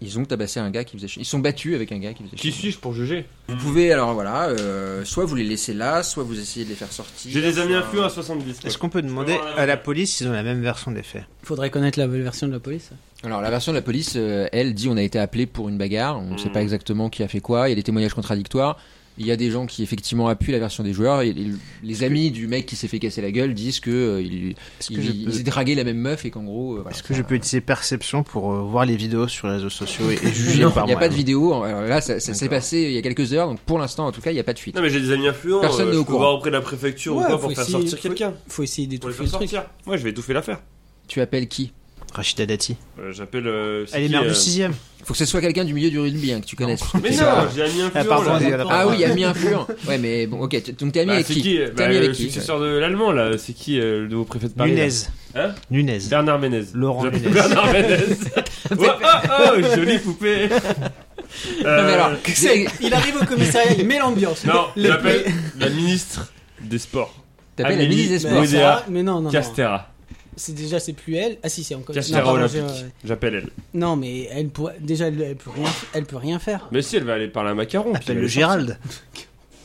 Speaker 3: Ils ont tabassé un gars qui faisait chier. Ils sont battus avec un gars qui faisait
Speaker 4: Qui
Speaker 3: chier.
Speaker 4: suis-je pour juger
Speaker 3: Vous pouvez, alors voilà, euh, soit vous les laissez là, soit vous essayez de les faire sortir.
Speaker 4: J'ai des amis
Speaker 3: soit-
Speaker 4: influents à 70.
Speaker 5: Est-ce qu'on peut demander à la police s'ils ont la même version des faits
Speaker 2: Faudrait connaître la version de la police.
Speaker 3: Alors la version de la police, euh, elle dit on a été appelé pour une bagarre, on ne sait
Speaker 4: Mm.
Speaker 5: Hmm.
Speaker 3: pas exactement qui a fait quoi, il y a des témoignages contradictoires, il y a des gens qui effectivement appuient la version des joueurs, et, et les amis du mec qui s'est fait casser la gueule disent que euh, il,
Speaker 5: Est-ce que,
Speaker 3: il,
Speaker 5: je
Speaker 3: il s'est
Speaker 5: peux...
Speaker 3: dragué la même meuf et qu'en gros... euh, voilà,
Speaker 5: est-ce que
Speaker 3: ça-
Speaker 5: je peux utiliser perception pour euh, voir les vidéos sur les réseaux sociaux et, et juger
Speaker 3: Non,
Speaker 5: par
Speaker 3: il n'y a
Speaker 5: moi
Speaker 3: pas de vidéo, alors là ça, ça s'est
Speaker 5: D'accord.
Speaker 3: passé il y a quelques heures, donc pour l'instant en tout cas il n'y a pas de fuite.
Speaker 4: Non, mais j'ai des amis influents.
Speaker 3: Personne
Speaker 4: euh,
Speaker 3: n'est
Speaker 4: je
Speaker 3: au
Speaker 4: peux
Speaker 3: courant.
Speaker 4: voir auprès de la préfecture
Speaker 2: Ouais,
Speaker 4: ou quoi
Speaker 2: faut
Speaker 4: pour faire
Speaker 2: essayer-
Speaker 4: sortir
Speaker 2: faut-
Speaker 4: quelqu'un.
Speaker 2: Faut essayer
Speaker 4: Pour les
Speaker 2: d'étouffer
Speaker 4: faire
Speaker 2: le truc.
Speaker 4: sortir. Moi, je vais étouffer l'affaire.
Speaker 3: Tu appelles qui
Speaker 5: Rachida Dati.
Speaker 4: Euh, J'appelle. euh, c'est
Speaker 5: Elle est
Speaker 4: qui,
Speaker 5: mère
Speaker 4: euh,
Speaker 5: du 6
Speaker 3: Faut que ce soit quelqu'un du milieu du rugby hein, que tu connaisses.
Speaker 4: Mais
Speaker 5: C'est
Speaker 4: non,
Speaker 5: ça.
Speaker 4: j'ai ami
Speaker 5: Ah,
Speaker 4: influent.
Speaker 5: pardon,
Speaker 4: là.
Speaker 5: elle a pas-
Speaker 3: Ah oui, ami influent. Ouais, mais bon, ok. t- Donc t'es ami
Speaker 4: Bah,
Speaker 3: avec
Speaker 4: c'est
Speaker 3: qui,
Speaker 4: qui
Speaker 3: T'es
Speaker 4: Bah,
Speaker 3: ami avec
Speaker 4: Le
Speaker 3: qui
Speaker 4: successeur de l'allemand, là, c'est qui euh, le nouveau préfet de Paris là
Speaker 5: Nunez.
Speaker 4: Hein
Speaker 5: Nunez.
Speaker 4: Bernard Ménez.
Speaker 5: Laurent
Speaker 4: J'appelle
Speaker 5: Ménez.
Speaker 4: Bernard Ménez. oh, oh, oh, jolie poupée. Euh,
Speaker 3: Non, mais
Speaker 5: Euh,
Speaker 3: alors,
Speaker 2: C'est- Il arrive au commissariat, il met l'ambiance.
Speaker 4: Non,
Speaker 2: Le-
Speaker 4: j'appelle la ministre des Sports,
Speaker 3: t'appelles la ministre des
Speaker 4: Amélie
Speaker 2: mais-
Speaker 3: Sports.
Speaker 2: mais-
Speaker 4: Moudéa
Speaker 2: mais non, non, non.
Speaker 4: Castera.
Speaker 2: C'est déjà, c'est plus elle. Ah si, c'est encore.
Speaker 4: Castera
Speaker 2: non, pardon,
Speaker 4: Olympique.
Speaker 2: j'ai- ouais.
Speaker 4: J'appelle elle.
Speaker 2: Non, mais elle pourrait. Déjà, elle, elle peut rien. Elle peut rien faire.
Speaker 4: Mais si, elle va aller parler à Macaron. puis elle
Speaker 5: Appelle le
Speaker 4: va-
Speaker 5: Gérald.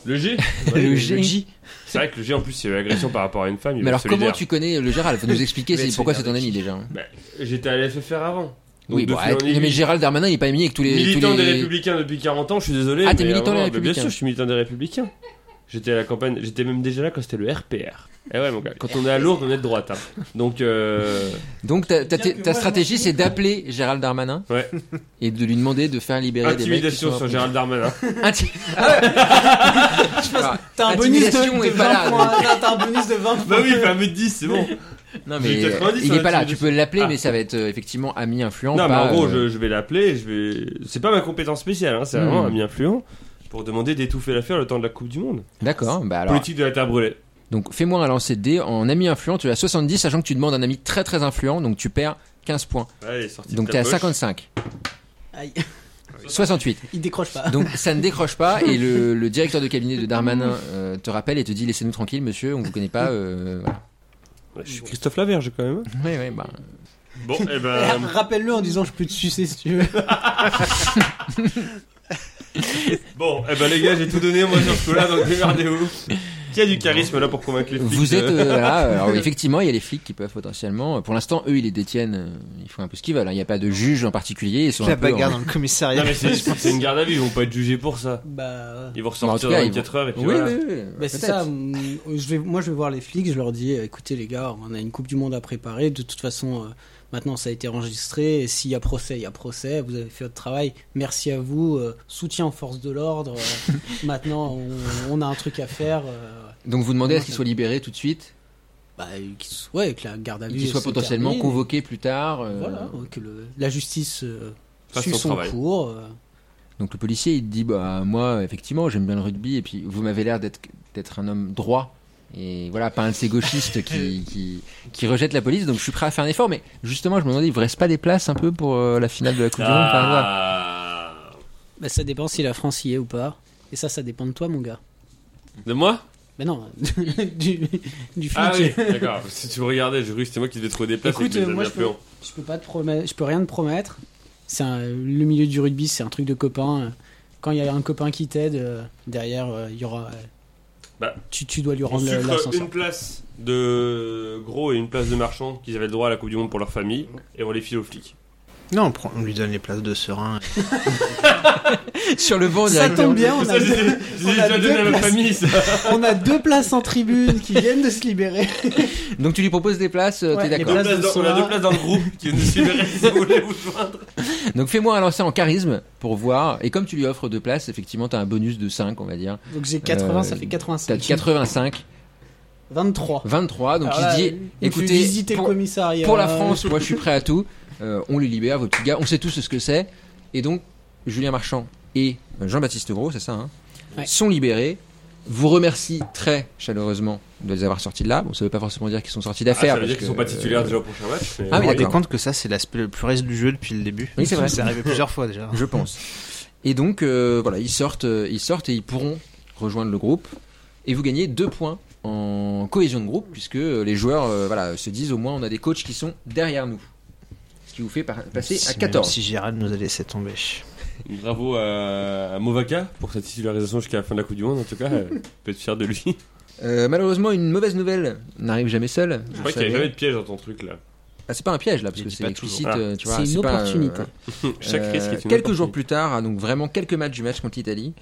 Speaker 4: Le G
Speaker 3: Le
Speaker 4: Ouais,
Speaker 3: G.
Speaker 4: C'est vrai que le G, en plus, il y a eu agression par rapport à une femme. il
Speaker 3: Mais
Speaker 4: va
Speaker 3: alors,
Speaker 4: être
Speaker 3: comment
Speaker 4: solidaire.
Speaker 3: tu connais euh, le Gérald Faut nous expliquer
Speaker 5: Mais
Speaker 3: c'est
Speaker 5: c'est
Speaker 3: pourquoi c'est ton
Speaker 5: avec
Speaker 3: ami déjà. hein.
Speaker 4: Bah, J'étais à la FFR avant. Donc,
Speaker 3: Oui,
Speaker 4: de
Speaker 3: bon,
Speaker 4: fil en
Speaker 3: arrête.
Speaker 4: aiguille.
Speaker 3: mais Gérald Darmanin, il est pas ami avec tous les. tous
Speaker 4: Militant
Speaker 3: les-
Speaker 4: des Républicains depuis 40 ans, je suis désolé.
Speaker 3: Ah, t'es
Speaker 4: mais à un
Speaker 3: militant des
Speaker 4: moment, bah, Bien
Speaker 3: Républicains.
Speaker 4: sûr, je suis militant des Républicains. J'étais à la campagne, j'étais même déjà là quand c'était le RPR. Eh ouais, mon gars, quand on est à Lourdes, on est de droite. hein. Donc, euh,
Speaker 3: Donc ta, ta-
Speaker 2: Bien que
Speaker 3: ta
Speaker 2: moi,
Speaker 3: stratégie, c'est d'appeler Gérald Darmanin
Speaker 4: Ouais.
Speaker 3: et de lui demander de faire libérer
Speaker 4: intimidation
Speaker 3: des mecs qui sont
Speaker 4: sur
Speaker 3: à-
Speaker 4: Gérald Darmanin.
Speaker 3: Inti- Ah ouais. Alors,
Speaker 2: T'as un bonus de,
Speaker 3: Intimidation
Speaker 2: de
Speaker 3: est pas
Speaker 2: 20
Speaker 3: là,
Speaker 2: points. T'as- T'as un bonus de 20
Speaker 4: bah
Speaker 2: points.
Speaker 4: oui, il fait 1m10, c'est bon.
Speaker 3: non
Speaker 4: J'ai
Speaker 3: mais
Speaker 4: 90
Speaker 3: il
Speaker 4: sur
Speaker 3: est pas là. Tu
Speaker 4: l'intimidation.
Speaker 3: peux l'appeler,
Speaker 4: Ah.
Speaker 3: mais ça va être euh, effectivement ami influent.
Speaker 4: Non, mais
Speaker 3: pas,
Speaker 4: en gros,
Speaker 3: euh,
Speaker 4: je, je vais l'appeler, je vais. C'est pas ma compétence spéciale, hein, c'est
Speaker 3: Hmm.
Speaker 4: vraiment un ami influent pour demander d'étouffer l'affaire le temps de la Coupe du Monde.
Speaker 3: D'accord. Bah alors.
Speaker 4: Politique de la terre brûlée.
Speaker 3: Donc fais-moi un lancer de dés en ami influent. Tu as 70, sachant que tu demandes un ami très très influent, donc tu perds 15 points.
Speaker 4: Allez, sorti
Speaker 3: Donc
Speaker 4: de
Speaker 3: t'es
Speaker 4: ta
Speaker 3: à
Speaker 4: poche.
Speaker 3: 55,
Speaker 4: bah.
Speaker 2: Aïe,
Speaker 3: 68.
Speaker 2: il décroche pas.
Speaker 3: Donc ça ne décroche pas et le, le directeur de cabinet de Darmanin euh, te rappelle et te dit laissez-nous tranquille monsieur, on vous connaît pas. euh, voilà.
Speaker 4: Ouais, Je suis Christophe Laverge quand même. hein.
Speaker 3: Ouais, ouais, bah,
Speaker 4: Bon, et
Speaker 2: Eh,
Speaker 4: ben.
Speaker 2: Rappelle-le en disant je peux te sucer si tu veux.
Speaker 4: Bon, eh ben les gars, j'ai tout donné moi sur ce coup-là, donc démerdez-vous. Qui a du charisme là pour convaincre les flics
Speaker 3: Vous êtes
Speaker 4: euh,
Speaker 3: euh, voilà, alors effectivement, il y a les flics qui peuvent potentiellement. euh, Pour l'instant, eux, ils les détiennent. euh, Ils font un peu ce qu'ils veulent. hein. Il n'y a pas de juge en particulier. Ils sont
Speaker 5: La
Speaker 3: un peu
Speaker 5: bagarre
Speaker 3: en-
Speaker 5: dans le
Speaker 4: Non
Speaker 5: commissariat.
Speaker 4: mais c'est c'est une garde à vue, ils vont pas être jugés pour ça.
Speaker 2: Bah.
Speaker 4: Ils vont
Speaker 3: Bah, en tout
Speaker 4: ressortir
Speaker 3: cas,
Speaker 4: dans
Speaker 3: ils
Speaker 4: 24 heures et puis
Speaker 3: Oui,
Speaker 4: voilà.
Speaker 3: oui, oui,
Speaker 2: Bah c'est
Speaker 3: peut-être.
Speaker 2: ça, mm, je vais, moi je vais voir les flics, je leur dis euh, écoutez les gars, on a une Coupe du Monde à préparer, de toute façon euh, maintenant ça a été enregistré, et s'il y a procès, il y a procès, vous avez fait votre travail, merci à vous, euh, soutien aux forces de l'ordre, euh, maintenant on, on a un truc à faire, euh,
Speaker 3: Donc vous demandez à ce qu'ils soient libérés tout de suite,
Speaker 2: bah, qu'ils soient- ouais, que la garde à
Speaker 3: et
Speaker 2: vue
Speaker 3: qu'ils soient
Speaker 2: se
Speaker 3: potentiellement
Speaker 2: termine,
Speaker 3: convoqués plus tard.
Speaker 2: et
Speaker 3: euh,
Speaker 2: Voilà, ouais, que le- la justice euh,
Speaker 4: Fasse
Speaker 2: suive
Speaker 4: son
Speaker 2: son
Speaker 4: travail.
Speaker 2: cours. euh.
Speaker 3: Donc le policier, il dit bah moi, effectivement, j'aime bien le rugby et puis vous m'avez l'air d'être d'être un homme droit. Et voilà, pas un de ces gauchistes qui, qui, qui rejette la police, donc je suis prêt à faire un effort, mais justement, je me demandais, il vous reste pas des places un peu pour euh, la finale de la Coupe du Monde par hasard
Speaker 4: Ah.
Speaker 2: Bah, ça dépend si la France y est ou pas, et ça, ça dépend de toi mon gars.
Speaker 4: De moi
Speaker 2: Bah non, du, du flic.
Speaker 4: Ah oui, d'accord. Si tu me regardais, j'ai cru que c'était moi qui devais trouver des places.
Speaker 2: Écoute,
Speaker 4: avec les
Speaker 2: euh, moi, je peux,
Speaker 4: influents.
Speaker 2: je peux pas te promettre, je peux rien te promettre. C'est un- le milieu du rugby, c'est un truc de copain. Quand il y a un copain qui t'aide, euh, derrière, euh, il y aura. euh,
Speaker 4: Bah,
Speaker 2: tu, tu dois lui
Speaker 4: On
Speaker 2: rendre le-
Speaker 4: sucre
Speaker 2: l'ascenseur.
Speaker 4: une place de gros et une place de marchand qu'ils avaient le droit à la Coupe du Monde pour leur famille et on les file aux flics.
Speaker 5: Non, on, prend- on lui donne les places de serein.
Speaker 3: Sur le banc,
Speaker 2: Ça
Speaker 3: directement.
Speaker 2: tombe bien, on
Speaker 4: hein. ça,
Speaker 2: a,
Speaker 4: j'ai
Speaker 2: deux,
Speaker 4: j'ai
Speaker 2: on a
Speaker 4: déjà
Speaker 2: deux
Speaker 4: donné à ma
Speaker 2: places.
Speaker 4: famille ça.
Speaker 2: on a deux places en tribune qui viennent de se libérer.
Speaker 3: Donc tu lui proposes des places, euh,
Speaker 2: Ouais,
Speaker 3: t'es
Speaker 2: les
Speaker 3: d'accord
Speaker 4: Deux
Speaker 2: places
Speaker 4: places
Speaker 2: de
Speaker 4: dans- on a
Speaker 2: Sora.
Speaker 4: deux places dans le groupe qui nous suivraient si vous voulez vous joindre.
Speaker 3: Donc fais-moi un lancer en charisme pour voir. Et comme tu lui offres deux places, effectivement, t'as un bonus de 5, on va dire.
Speaker 2: Donc j'ai 80,
Speaker 3: Euh,
Speaker 2: ça fait
Speaker 3: T'as
Speaker 2: 85.
Speaker 3: 85,
Speaker 2: 23.
Speaker 3: 23. Donc
Speaker 2: Alors
Speaker 3: il
Speaker 2: là,
Speaker 3: dit,
Speaker 2: il me fait
Speaker 3: écoutez,
Speaker 2: visiter
Speaker 3: pour,
Speaker 2: le commissariat.
Speaker 3: pour la France, moi je suis prêt à tout. Euh, on les libère, vos petits gars. On sait tous ce que c'est. Et donc, Julien Marchand et euh, Jean-Baptiste Gros, c'est ça, hein,
Speaker 2: Ouais.
Speaker 3: sont libérés. Vous remercie très chaleureusement de les avoir sortis de là. Bon, ça veut pas forcément dire qu'ils sont sortis
Speaker 4: Ah, ça
Speaker 3: d'affaires.
Speaker 4: veut dire
Speaker 3: parce
Speaker 4: qu'ils
Speaker 3: que,
Speaker 4: sont pas titulaires
Speaker 3: euh,
Speaker 4: déjà au prochain match. mais-
Speaker 3: Ah oui,
Speaker 5: vous vous rendez
Speaker 3: d'accord.
Speaker 5: compte que ça, c'est l'aspect le plus reste du jeu depuis le début
Speaker 3: Oui, c'est vrai.
Speaker 5: C'est arrivé plusieurs fois déjà.
Speaker 3: euh, je pense. Et donc, euh, voilà, ils sortent, euh, ils sortent et ils pourront rejoindre le groupe. Et vous gagnez deux points en cohésion de groupe, puisque euh, les joueurs euh, voilà, se disent au moins on a des coachs qui sont derrière nous. Ce qui vous fait par- passer
Speaker 5: Si-
Speaker 3: à
Speaker 5: même
Speaker 3: 14.
Speaker 5: Si Gérald nous a laissé tomber.
Speaker 4: Bravo à, à Movaca pour sa titularisation jusqu'à la fin de la Coupe du Monde en tout cas. euh, peut être fier de lui.
Speaker 3: Euh, malheureusement, une mauvaise nouvelle n'arrive jamais seule.
Speaker 4: Je
Speaker 3: vous
Speaker 4: crois qu'il n'y
Speaker 3: savez.
Speaker 4: a jamais de piège dans ton truc là.
Speaker 3: Ah, c'est pas un piège là, parce
Speaker 5: Il
Speaker 3: que
Speaker 5: dit
Speaker 3: c'est
Speaker 5: pas
Speaker 3: explicite.
Speaker 4: toujours. Ah.
Speaker 3: euh, tu vois,
Speaker 2: C'est une
Speaker 3: pas, euh,
Speaker 2: opportunité.
Speaker 3: voilà.
Speaker 4: Chaque
Speaker 3: Euh,
Speaker 4: risque est une
Speaker 3: quelques jours plus tard, ah, donc vraiment quelques matchs du match contre l'Italie,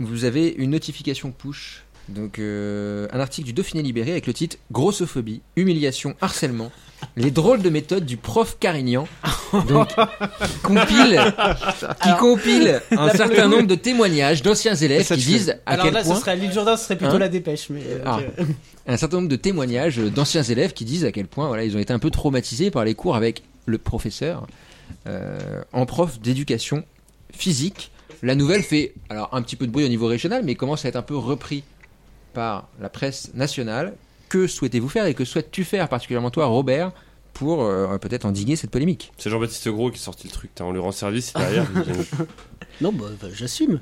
Speaker 3: vous avez une notification push. Donc euh, un article du Dauphiné Libéré avec le titre Grossophobie, humiliation, harcèlement, les drôles de méthodes du prof Carignan. Donc compile, qui
Speaker 2: Alors,
Speaker 3: compile un
Speaker 2: là, pour
Speaker 3: certain
Speaker 2: le coup-
Speaker 3: nombre de témoignages d'anciens élèves
Speaker 5: Ça,
Speaker 3: qui
Speaker 5: tu fais-
Speaker 3: disent à
Speaker 2: Alors
Speaker 3: quel
Speaker 2: là,
Speaker 3: point
Speaker 2: ce serait à l'île Jourdain, ce serait plutôt
Speaker 3: Hein
Speaker 2: la dépêche. Mais, euh,
Speaker 3: Ah.
Speaker 2: ok.
Speaker 3: un certain nombre de témoignages d'anciens élèves qui disent à quel point voilà ils ont été un peu traumatisés par les cours avec le professeur, euh, en prof d'éducation physique. La nouvelle fait alors un petit peu de bruit au niveau régional, mais commence à être un peu repris par la presse nationale. Que souhaitez-vous faire et que souhaites-tu faire, particulièrement toi, Robert, pour euh, peut-être endiguer cette polémique
Speaker 4: C'est Jean-Baptiste Gros qui sortit le truc, t'as, on lui rend service et derrière. il vient-
Speaker 2: Non, bah, bah, j'assume.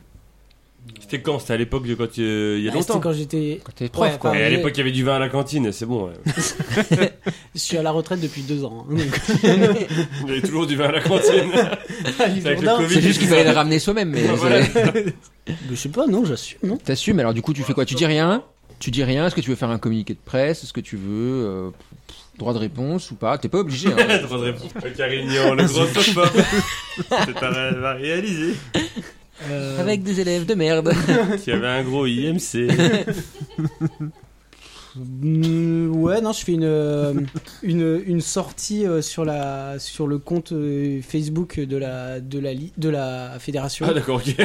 Speaker 4: C'était quand C'était à l'époque de quand euh, il y a
Speaker 2: Ah, c'était
Speaker 4: longtemps.
Speaker 2: quand j'étais.
Speaker 3: Quand t'es prof,
Speaker 2: Ouais,
Speaker 3: quoi.
Speaker 2: pardon.
Speaker 4: Et à l'époque, il y avait du vin à la cantine, c'est bon. ouais.
Speaker 2: Je suis à la retraite depuis deux ans. hein, donc.
Speaker 4: Il y avait toujours du vin à la cantine. Avec le
Speaker 2: Jourdain,
Speaker 4: Covid.
Speaker 3: C'est juste qu'il fallait le ramener soi-même, mais
Speaker 4: Ah, voilà.
Speaker 3: c'est-
Speaker 2: Mais Je sais pas, non, j'assume, non.
Speaker 3: t'assumes. Alors du coup, tu fais quoi Tu dis rien Tu dis rien Est-ce que tu veux faire un communiqué de presse Est-ce que tu veux euh, droit de réponse ou pas T'es pas obligé. hein.
Speaker 4: Droit de réponse. Ah, Le Carignan, le grand top hein. C'est pas mal à réaliser.
Speaker 2: Euh,
Speaker 3: Avec des élèves de merde.
Speaker 4: S'il y avait un gros IMC.
Speaker 2: Mm, ouais, non, je fais une, euh, une, une sortie euh, sur, la, sur le compte euh, Facebook de la, de la, li- de la fédération.
Speaker 4: Ah, d'accord, ok.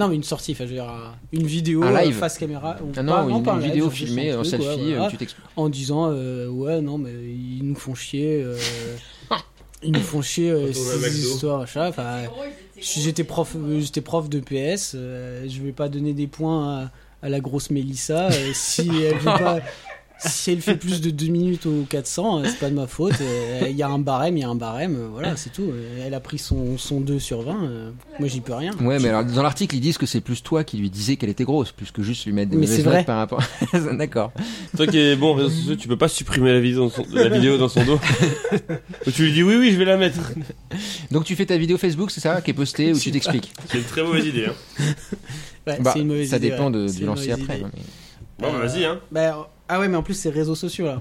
Speaker 2: non, mais une sortie, enfin, je veux dire, un- une vidéo
Speaker 3: Un live.
Speaker 2: euh, face caméra. ou pas-
Speaker 3: Ah non, une,
Speaker 2: pas un
Speaker 3: une
Speaker 2: live,
Speaker 3: vidéo
Speaker 2: juste un
Speaker 3: filmée en
Speaker 2: truc, ouais,
Speaker 3: selfie, euh,
Speaker 2: voilà, Ah,
Speaker 3: tu t'expliques.
Speaker 2: en disant euh, Ouais, non, mais ils nous font chier. euh, ils nous font chier euh,
Speaker 4: Quand on va à
Speaker 2: ces
Speaker 4: McDo.
Speaker 2: histoires, machin. Enfin, euh, si j'étais prof, euh, j'étais prof de PS, euh, je vais pas donner des points à, à la grosse Mélissa. euh, si elle veut pas- si elle fait plus de 2 minutes ou 400, euh, c'est pas de ma faute. euh, Il y a un barème, il y a un barème, euh, voilà, c'est tout. Euh, Elle a pris son, son 2 sur 20, euh, moi j'y peux rien.
Speaker 3: Ouais, mais alors dans l'article, ils disent que c'est plus toi qui lui disais qu'elle était grosse, plus que juste lui mettre des
Speaker 2: Mais
Speaker 3: mauvaises
Speaker 2: c'est
Speaker 3: notes
Speaker 2: vrai.
Speaker 3: par rapport. D'accord.
Speaker 4: Toi qui es bon en réseaux sociaux, tu peux pas supprimer la vidéo dans son, la vidéo dans son dos. Ou tu lui dis oui, oui, je vais la mettre.
Speaker 3: Donc tu fais ta vidéo Facebook, c'est ça, qui est postée où tu t'expliques.
Speaker 4: C'est une très mauvaise idée. Hein.
Speaker 2: Ouais,
Speaker 3: Bah,
Speaker 2: c'est une mauvaise
Speaker 3: ça
Speaker 2: idée,
Speaker 3: dépend
Speaker 2: ouais,
Speaker 3: de,
Speaker 2: c'est
Speaker 3: du
Speaker 2: une
Speaker 3: lancer
Speaker 2: mauvaise
Speaker 3: après.
Speaker 2: idée.
Speaker 3: mais-
Speaker 4: Bon, bah, vas-y, hein.
Speaker 2: Bah, ah ouais, mais en plus c'est réseaux sociaux là.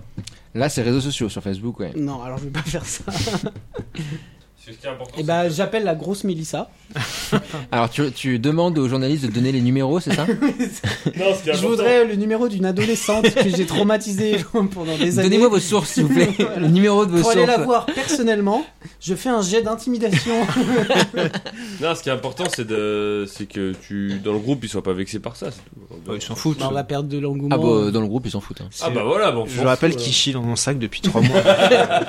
Speaker 3: Là, c'est réseaux sociaux sur Facebook, ouais.
Speaker 2: Non, alors je vais pas faire ça.
Speaker 4: C'est ce qui est important.
Speaker 2: Et bah j'appelle la grosse Mélissa.
Speaker 3: Alors tu, tu demandes aux journalistes de donner les numéros, c'est ça
Speaker 4: Non, ce qui est
Speaker 2: Je voudrais le numéro d'une adolescente que j'ai traumatisée pendant des années.
Speaker 3: Donnez-moi vos sources, s'il vous plaît. Le numéro de vos
Speaker 2: Pour aller
Speaker 3: sources.
Speaker 2: la voir personnellement, je fais un jet d'intimidation.
Speaker 4: Non, ce qui est important, c'est de, c'est que tu, dans le groupe, ils soient pas vexés par ça. c'est tout.
Speaker 5: Ouais, ils s'en foutent.
Speaker 2: Bah, on va perdre de l'engouement.
Speaker 3: Ah bah, dans le groupe, ils s'en foutent. hein.
Speaker 4: Ah bah voilà, bon.
Speaker 5: Je
Speaker 4: faut-
Speaker 5: vous rappelle
Speaker 4: faut-
Speaker 5: qu'il chie dans mon sac depuis 3 mois.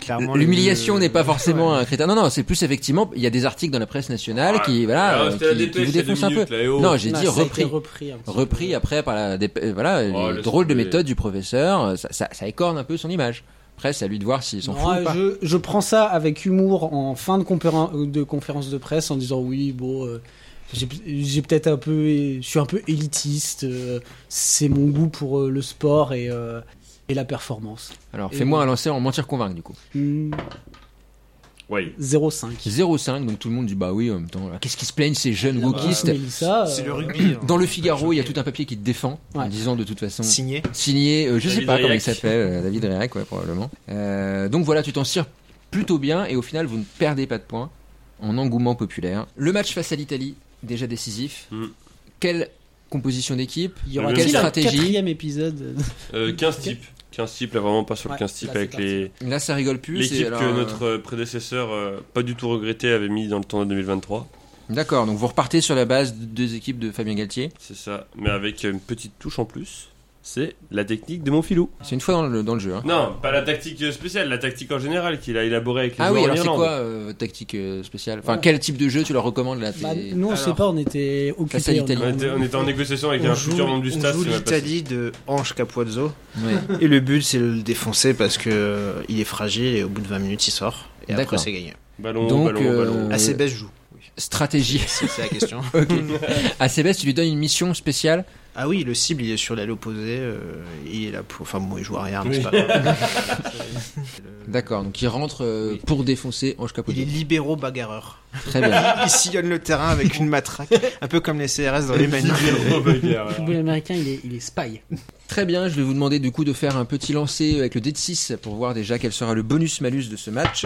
Speaker 5: Clairement, le- euh,
Speaker 3: L'humiliation n'est pas forcément
Speaker 5: Ouais.
Speaker 3: un critère. Non, non, c'est plus effectivement, il y a des articles dans la presse nationale qui, voilà,
Speaker 4: Ah,
Speaker 3: euh, qui,
Speaker 4: c'était la
Speaker 3: qui vous
Speaker 4: dépêche, il y a deux
Speaker 3: défoncent un peu.
Speaker 4: minutes, là, et oh.
Speaker 3: Non, j'ai
Speaker 2: Non,
Speaker 3: dit
Speaker 2: ça a été
Speaker 3: repris.
Speaker 2: repris. un petit
Speaker 3: repris ah,
Speaker 2: peu.
Speaker 3: après par la dép- euh, voilà
Speaker 4: Oh,
Speaker 3: les
Speaker 4: laisse
Speaker 3: drôles de
Speaker 4: tomber.
Speaker 3: méthode du professeur euh, ça, ça, ça écorne un peu son image après c'est à lui de voir s'il s'en
Speaker 2: Non,
Speaker 3: fout
Speaker 2: ouais,
Speaker 3: ou pas
Speaker 2: je, je prends ça avec humour en fin de, compéren- euh, de conférence de presse en disant oui, bon, euh, j'ai j'ai peut-être un peu, je suis un peu élitiste. euh, c'est mon goût pour euh, le sport et, euh, et la performance.
Speaker 3: alors
Speaker 2: Et
Speaker 3: fais-moi
Speaker 2: oui.
Speaker 3: un lancer en mentir convaincre du coup
Speaker 2: Hmm,
Speaker 4: Ouais.
Speaker 2: 0,5.
Speaker 3: 0,5 donc tout le monde dit bah oui en même temps là, qu'est-ce qu'ils se plaignent ces jeunes
Speaker 2: La grosse
Speaker 3: wokistes
Speaker 2: Mélissa,
Speaker 5: C'est
Speaker 2: euh,
Speaker 5: le rugby. hein.
Speaker 3: dans le Figaro il y a tout un papier qui te défend en
Speaker 2: Bah, Ouais.
Speaker 3: disant de toute façon
Speaker 5: Signé.
Speaker 3: signé euh, je sais
Speaker 4: David
Speaker 3: pas comment il
Speaker 4: Réac.
Speaker 3: s'appelle euh, David Réac ouais, probablement Euh, donc voilà tu t'en sers plutôt bien et au final vous ne perdez pas de points en engouement populaire le match face à l'Italie déjà décisif
Speaker 4: Mm.
Speaker 3: quelle composition d'équipe
Speaker 2: Il y aura
Speaker 4: Le
Speaker 2: quelle
Speaker 4: même-
Speaker 3: stratégie
Speaker 2: quatrième épisode
Speaker 4: Euh, 15 types. 15 types, là vraiment pas sur le
Speaker 2: Ouais,
Speaker 4: 15 types
Speaker 2: là, c'est
Speaker 4: avec
Speaker 2: parti.
Speaker 4: les
Speaker 3: là ça rigole plus c'est
Speaker 4: l'équipe
Speaker 3: alors,
Speaker 4: que
Speaker 3: euh,
Speaker 4: notre euh, prédécesseur euh, pas du tout regretté avait mis dans le tournoi 2023.
Speaker 3: D'accord, donc vous repartez sur la base de deux équipes de Fabien Galtier.
Speaker 4: C'est ça, mais avec une petite touche en plus. C'est la technique de mon filou.
Speaker 3: C'est une fois dans le, dans le jeu. hein.
Speaker 4: Non, pas la tactique spéciale, la tactique en général qu'il a élaborée avec les
Speaker 3: Ah oui,
Speaker 4: joueurs en
Speaker 3: alors c'est
Speaker 4: Irlande.
Speaker 3: quoi euh, votre tactique euh, spéciale Enfin,
Speaker 2: Ouais.
Speaker 3: quel type de jeu tu leur recommandes là
Speaker 2: Bah,
Speaker 3: t'es-
Speaker 2: Nous, on
Speaker 5: Alors,
Speaker 2: sait pas, on était
Speaker 3: face à
Speaker 2: occupés.
Speaker 3: l'Italie.
Speaker 4: on était, on était en négociation avec
Speaker 5: On
Speaker 4: un
Speaker 5: joue-
Speaker 4: futur membre du
Speaker 5: on
Speaker 4: staff.
Speaker 5: joue
Speaker 4: ça m'a passé.
Speaker 5: l'Italie de Ange Capuazzo.
Speaker 3: Ouais.
Speaker 5: Et le but, c'est de le défoncer parce que euh, il est fragile et au bout de 20 minutes, il sort. Et après,
Speaker 3: D'accord.
Speaker 5: c'est gagné.
Speaker 4: Ballon,
Speaker 3: Donc,
Speaker 4: ballon,
Speaker 3: euh,
Speaker 4: ballon.
Speaker 5: Assez bête, je joue.
Speaker 3: Stratégie.
Speaker 5: C'est c'est la question.
Speaker 3: ok. À Sébastien, tu lui donnes une mission spéciale.
Speaker 5: Ah oui, le cible, il est sur l'aile opposée. euh, il est là pour. Enfin, bon, il joue arrière, mais
Speaker 4: Oui.
Speaker 5: c'est pas grave.
Speaker 3: D'accord, donc il rentre euh, pour défoncer Ange
Speaker 5: Il est
Speaker 3: Capote.
Speaker 5: libéraux bagarreur.
Speaker 3: Très bien.
Speaker 5: Il sillonne le terrain avec une matraque, un peu comme les CRS dans les manifs.
Speaker 4: Zéro bagarre.
Speaker 2: Le football américain, il est, il est spy.
Speaker 3: Très bien, je vais vous demander du coup de faire un petit lancer avec le d 6 pour voir déjà quel sera le bonus-malus de ce match.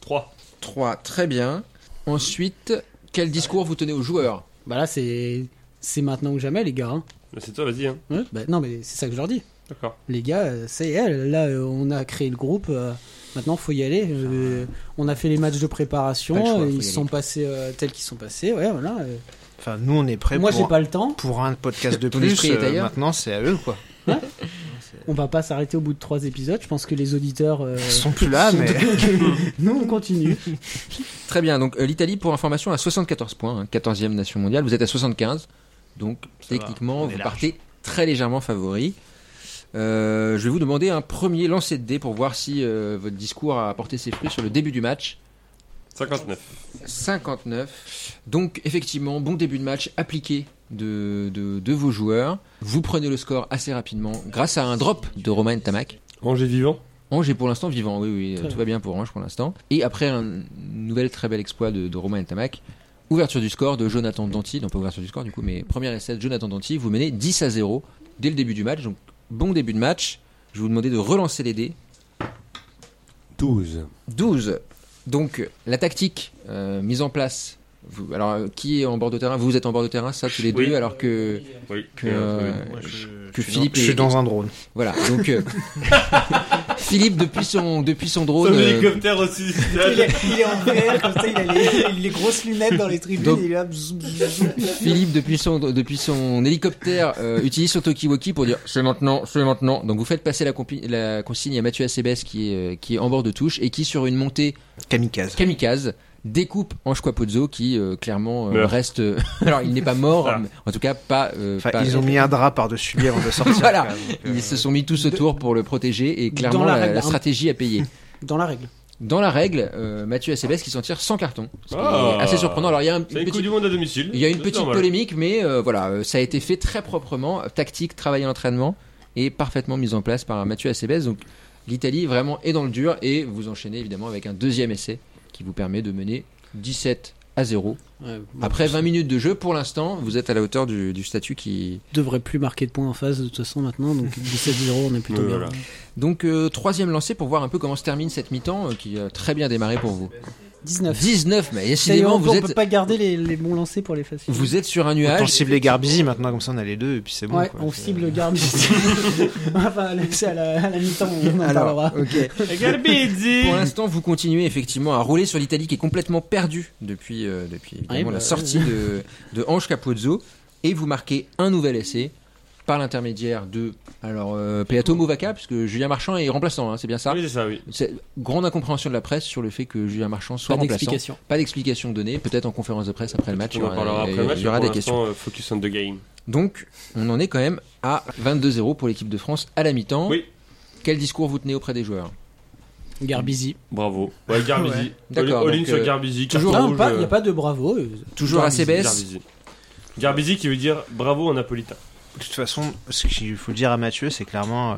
Speaker 4: 3.
Speaker 3: 3, très bien. Ensuite, quel discours vous tenez aux joueurs
Speaker 2: Bah là, c'est c'est maintenant ou jamais, les gars. hein.
Speaker 4: C'est toi, vas-y. Hein.
Speaker 2: Ouais, bah, non, mais c'est ça que je leur dis.
Speaker 4: D'accord.
Speaker 2: Les gars, euh, ça y est, là, euh, on a créé le groupe. euh, Maintenant, faut y aller. Euh, on a fait les matchs de préparation.
Speaker 3: Pas le choix, faut
Speaker 2: euh,
Speaker 3: y
Speaker 2: ils
Speaker 3: aller.
Speaker 2: sont passés euh, tels qu'ils sont passés. Ouais, voilà. euh.
Speaker 5: Enfin, nous, on est prêts
Speaker 2: Moi, j'ai
Speaker 5: pour,
Speaker 2: pas le temps.
Speaker 5: pour un podcast de
Speaker 3: Ton
Speaker 5: plus.
Speaker 3: esprit est
Speaker 5: euh,
Speaker 3: ailleurs.
Speaker 5: maintenant, c'est à eux, quoi.
Speaker 2: On va pas s'arrêter au bout de trois épisodes. Je pense que les auditeurs euh,
Speaker 5: Ils sont plus là, mais
Speaker 2: Nous, on continue.
Speaker 3: Très bien, donc euh, l'Italie, pour information, a 74 points, hein, 14e nation mondiale. Vous êtes à 75, donc
Speaker 5: Ça va,
Speaker 3: techniquement,
Speaker 5: on est
Speaker 3: vous
Speaker 5: large.
Speaker 3: partez très légèrement favori. Euh, je vais vous demander un premier lancer de dés pour voir si euh, votre discours a apporté ses fruits sur le début du match.
Speaker 4: 59.
Speaker 3: 59. Donc, effectivement, bon début de match appliqué de, de, de vos joueurs. Vous prenez le score assez rapidement grâce à un drop de Romain Tamac.
Speaker 4: Angers vivant
Speaker 3: Ange est pour l'instant vivant, oui, oui, euh,
Speaker 2: Très
Speaker 3: tout va bien pour Ange pour l'instant. Et après un nouvel très bel exploit de, de Romain Tamac, ouverture du score de Jonathan Danti, non pas ouverture du score du coup, mais première essai de Jonathan Danti, vous menez 10 à 0 dès le début du match, donc bon début de match. Je vais vous demander de relancer les dés.
Speaker 6: 12.
Speaker 3: 12. Donc la tactique euh, mise en place. Vous- alors euh, qui est en bord de terrain Vous vous êtes en bord de terrain, ça tous les
Speaker 4: Oui.
Speaker 3: deux, alors que
Speaker 4: Oui.
Speaker 3: que, euh,
Speaker 5: Moi, je,
Speaker 3: que
Speaker 5: je suis
Speaker 3: Philippe
Speaker 5: dans- je suis
Speaker 3: est-
Speaker 5: dans un drone.
Speaker 3: voilà. Donc euh, Philippe depuis son depuis son drone.
Speaker 4: Comme
Speaker 3: euh,
Speaker 4: l'hélicoptère aussi.
Speaker 2: il, est, il est en VR, comme ça, il a les, les grosses lunettes dans les tribunes.
Speaker 3: Donc-
Speaker 2: et il est là, zoom, zoom, zoom.
Speaker 3: Philippe, depuis son, depuis son hélicoptère, euh, utilise son talkie-walkie pour dire c'est maintenant, c'est maintenant. Donc vous faites passer la, compi- la consigne à Mathieu Acebes qui est, euh, qui est en bord de touche et qui, sur une montée
Speaker 5: Kamikaze.
Speaker 3: kamikaze, découpe Ange Quapozzo qui, euh, clairement, euh,
Speaker 4: Meurt.
Speaker 3: reste. alors il n'est pas mort,
Speaker 4: Voilà.
Speaker 3: mais en tout cas pas. euh,
Speaker 5: Enfin,
Speaker 3: pas-
Speaker 5: ils ont mis un drap par-dessus lui avant de sortir.
Speaker 3: Voilà.
Speaker 5: quand même, donc, euh,
Speaker 3: Ils se sont mis tous autour pour le protéger et clairement
Speaker 2: Dans la
Speaker 3: la,
Speaker 2: règle,
Speaker 3: la
Speaker 2: hein.
Speaker 3: stratégie a payé.
Speaker 2: Dans la règle.
Speaker 3: Dans la règle, euh, Mathieu Acebes qui s'en tire sans carton. Ce qui
Speaker 4: Ah.
Speaker 3: est assez surprenant. Alors il y a un
Speaker 4: C'est une
Speaker 3: petit-
Speaker 4: Coupe du Monde à domicile.
Speaker 3: Il y a une
Speaker 4: C'est
Speaker 3: petite
Speaker 4: normal.
Speaker 3: polémique, mais euh, voilà, euh, ça a été fait très proprement, euh, tactique, travail à l'entraînement, et parfaitement mise en place par Mathieu Acebes. Donc l'Italie vraiment est dans le dur, et vous enchaînez évidemment avec un deuxième essai qui vous permet de mener 17 à 0.
Speaker 2: Ouais,
Speaker 4: Bah,
Speaker 2: bon,
Speaker 3: Après 20 minutes de jeu, pour l'instant, vous êtes à la hauteur du, du statut qui...
Speaker 2: on devrait plus marquer de points en face de toute façon maintenant. Donc 17-0, on est plutôt
Speaker 4: Oui,
Speaker 2: bien.
Speaker 4: voilà.
Speaker 3: Donc euh, troisième lancé pour voir un peu comment se termine cette mi-temps, euh, qui a très bien démarré pour vous.
Speaker 2: 19.
Speaker 3: 19, mais
Speaker 2: Ça y est,
Speaker 3: décidément,
Speaker 2: on
Speaker 3: vous
Speaker 2: peut
Speaker 3: êtes,
Speaker 2: pas garder les, les bons lancers pour les faciles.
Speaker 3: vous êtes sur un
Speaker 5: Autant
Speaker 3: nuage.
Speaker 5: cibler Garbizi maintenant, comme ça on a les deux et puis c'est bon.
Speaker 2: ouais,
Speaker 5: quoi.
Speaker 2: on
Speaker 5: C'est-
Speaker 2: cible Garbi. enfin, c'est à la, à la mi-temps, on en parlera.
Speaker 3: Alors, ok.
Speaker 4: Garbizzi
Speaker 3: Pour l'instant, vous continuez effectivement à rouler sur l'Italie qui est complètement perdue depuis, euh, depuis évidemment,
Speaker 2: bah,
Speaker 3: la sortie
Speaker 2: oui.
Speaker 3: de, de Ange Capozzo et vous marquez un nouvel essai par l'intermédiaire de alors euh, Peato Movaca puisque Julien Marchand est remplaçant, hein, c'est bien ça.
Speaker 4: Oui, c'est ça, oui.
Speaker 3: C'est grande incompréhension de la presse sur le fait que Julien Marchand soit
Speaker 2: Pas
Speaker 3: remplaçant.
Speaker 2: d'explication.
Speaker 3: Pas d'explication donnée, peut-être en conférence de presse après le match.
Speaker 4: On en
Speaker 3: euh,
Speaker 4: parlera après
Speaker 3: il y
Speaker 4: le match.
Speaker 3: aura
Speaker 4: mais
Speaker 3: des
Speaker 4: pour
Speaker 3: questions.
Speaker 4: l'instant, euh, Focus on the game.
Speaker 3: Donc, on en est quand même à 22-0 pour l'équipe de France à la mi-temps.
Speaker 4: Oui.
Speaker 3: Quel discours vous tenez auprès des joueurs
Speaker 2: Garbizi.
Speaker 4: Bravo. Ouais, Garbizi.
Speaker 3: D'accord,
Speaker 4: All in
Speaker 3: donc,
Speaker 4: sur
Speaker 3: euh,
Speaker 4: Garbizi.
Speaker 3: toujours-
Speaker 4: carton
Speaker 2: Non,
Speaker 4: rouge,
Speaker 2: pas- il n'y
Speaker 4: euh,
Speaker 2: a pas de bravo. euh,
Speaker 3: Toujours
Speaker 2: Garbizi.
Speaker 3: assez baisse.
Speaker 4: Garbizi. Garbizi qui veut dire bravo en napolitain.
Speaker 5: De toute façon, ce qu'il faut dire à Mathieu, c'est clairement, euh,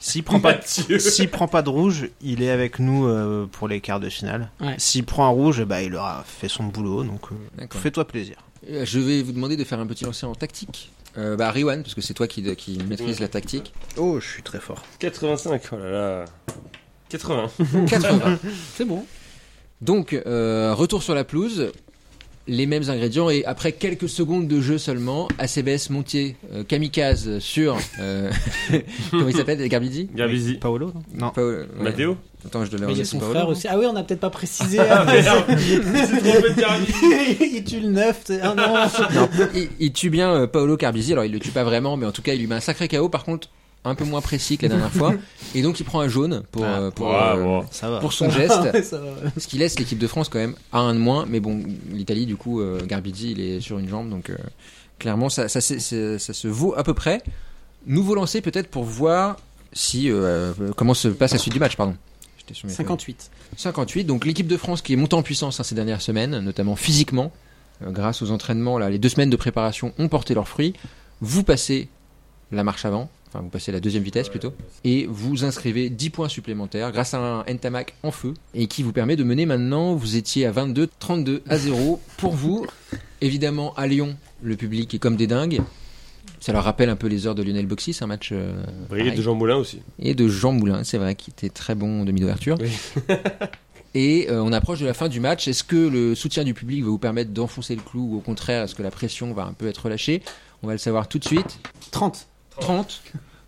Speaker 5: s'il prend pas,
Speaker 4: Mathieu.
Speaker 5: s'il prend pas de rouge, il est avec nous euh, pour les quarts de finale.
Speaker 2: Ouais.
Speaker 5: S'il prend un rouge, bah il aura fait son boulot, donc euh,
Speaker 3: D'accord.
Speaker 5: fais-toi plaisir.
Speaker 3: Euh, Je vais vous demander de faire un petit lancer en tactique. Euh, bah, Riwan, parce que c'est toi qui, qui maîtrise la tactique.
Speaker 5: Oh, je suis très fort.
Speaker 4: 85, oh là là. 80.
Speaker 3: 80.
Speaker 2: C'est bon.
Speaker 3: Donc, euh, retour sur la pelouse. Les mêmes ingrédients et après quelques secondes de jeu seulement, ACBS Montier, euh, Kamikaze sur euh, comment il s'appelle Garbidi
Speaker 4: Garbizi.
Speaker 5: Paolo non, non.
Speaker 3: Pas, euh, ouais.
Speaker 4: Matteo
Speaker 3: Attends, je dois le
Speaker 2: Mais il y a
Speaker 3: remettre,
Speaker 2: son
Speaker 3: pas
Speaker 2: frère
Speaker 3: Paolo,
Speaker 2: aussi. Ah oui, on n'a peut-être pas précisé.
Speaker 4: Ah merde C'est trop peu de Garbizi.
Speaker 2: il tue le 9. Ah non.
Speaker 3: Non, il, il tue bien euh, Paolo Carbisi. Alors, il le tue pas vraiment, mais en tout cas, il lui met un sacré KO. Par contre, un peu moins précis que la dernière fois. Et donc, il prend un jaune pour
Speaker 5: Ah.
Speaker 3: euh, pour,
Speaker 4: Ouais,
Speaker 3: euh,
Speaker 4: bon.
Speaker 5: ça va.
Speaker 3: pour son geste.
Speaker 2: Ah Ça va.
Speaker 3: Ce qui laisse l'équipe de France quand même à un de moins, mais bon, l'Italie du coup, euh, Garbizzi il est sur une jambe, donc euh, clairement ça, ça, c'est- c'est- ça se vaut à peu près. Nouveau lancer peut-être pour voir si euh, euh, comment se passe la suite du match, pardon. J'étais sur mes
Speaker 2: 58.
Speaker 3: feuilles. 58. Donc l'équipe de France qui est montée en puissance hein, ces dernières semaines, notamment physiquement, euh, grâce aux entraînements, là, les deux semaines de préparation ont porté leurs fruits. Vous passez la marche avant, enfin vous passez la deuxième vitesse plutôt, et vous inscrivez 10 points supplémentaires grâce à un Ntamak en feu, et qui vous permet de mener maintenant, vous étiez à 22, 32 à 0 pour vous. Évidemment, à Lyon, le public est comme des dingues. Ça leur rappelle un peu les heures de Lionel Boxy, c'est un match. euh,
Speaker 4: Brillé
Speaker 3: pareil.
Speaker 4: de Jean Moulin aussi.
Speaker 3: Et de Jean Moulin, c'est vrai, qui était très bon en demi d'ouverture. et euh, on approche de la fin du match. Est-ce que le soutien du public va vous permettre d'enfoncer le clou ou au contraire, est-ce que la pression va un peu être relâchée On va le savoir tout de suite.
Speaker 2: 30.
Speaker 3: 30.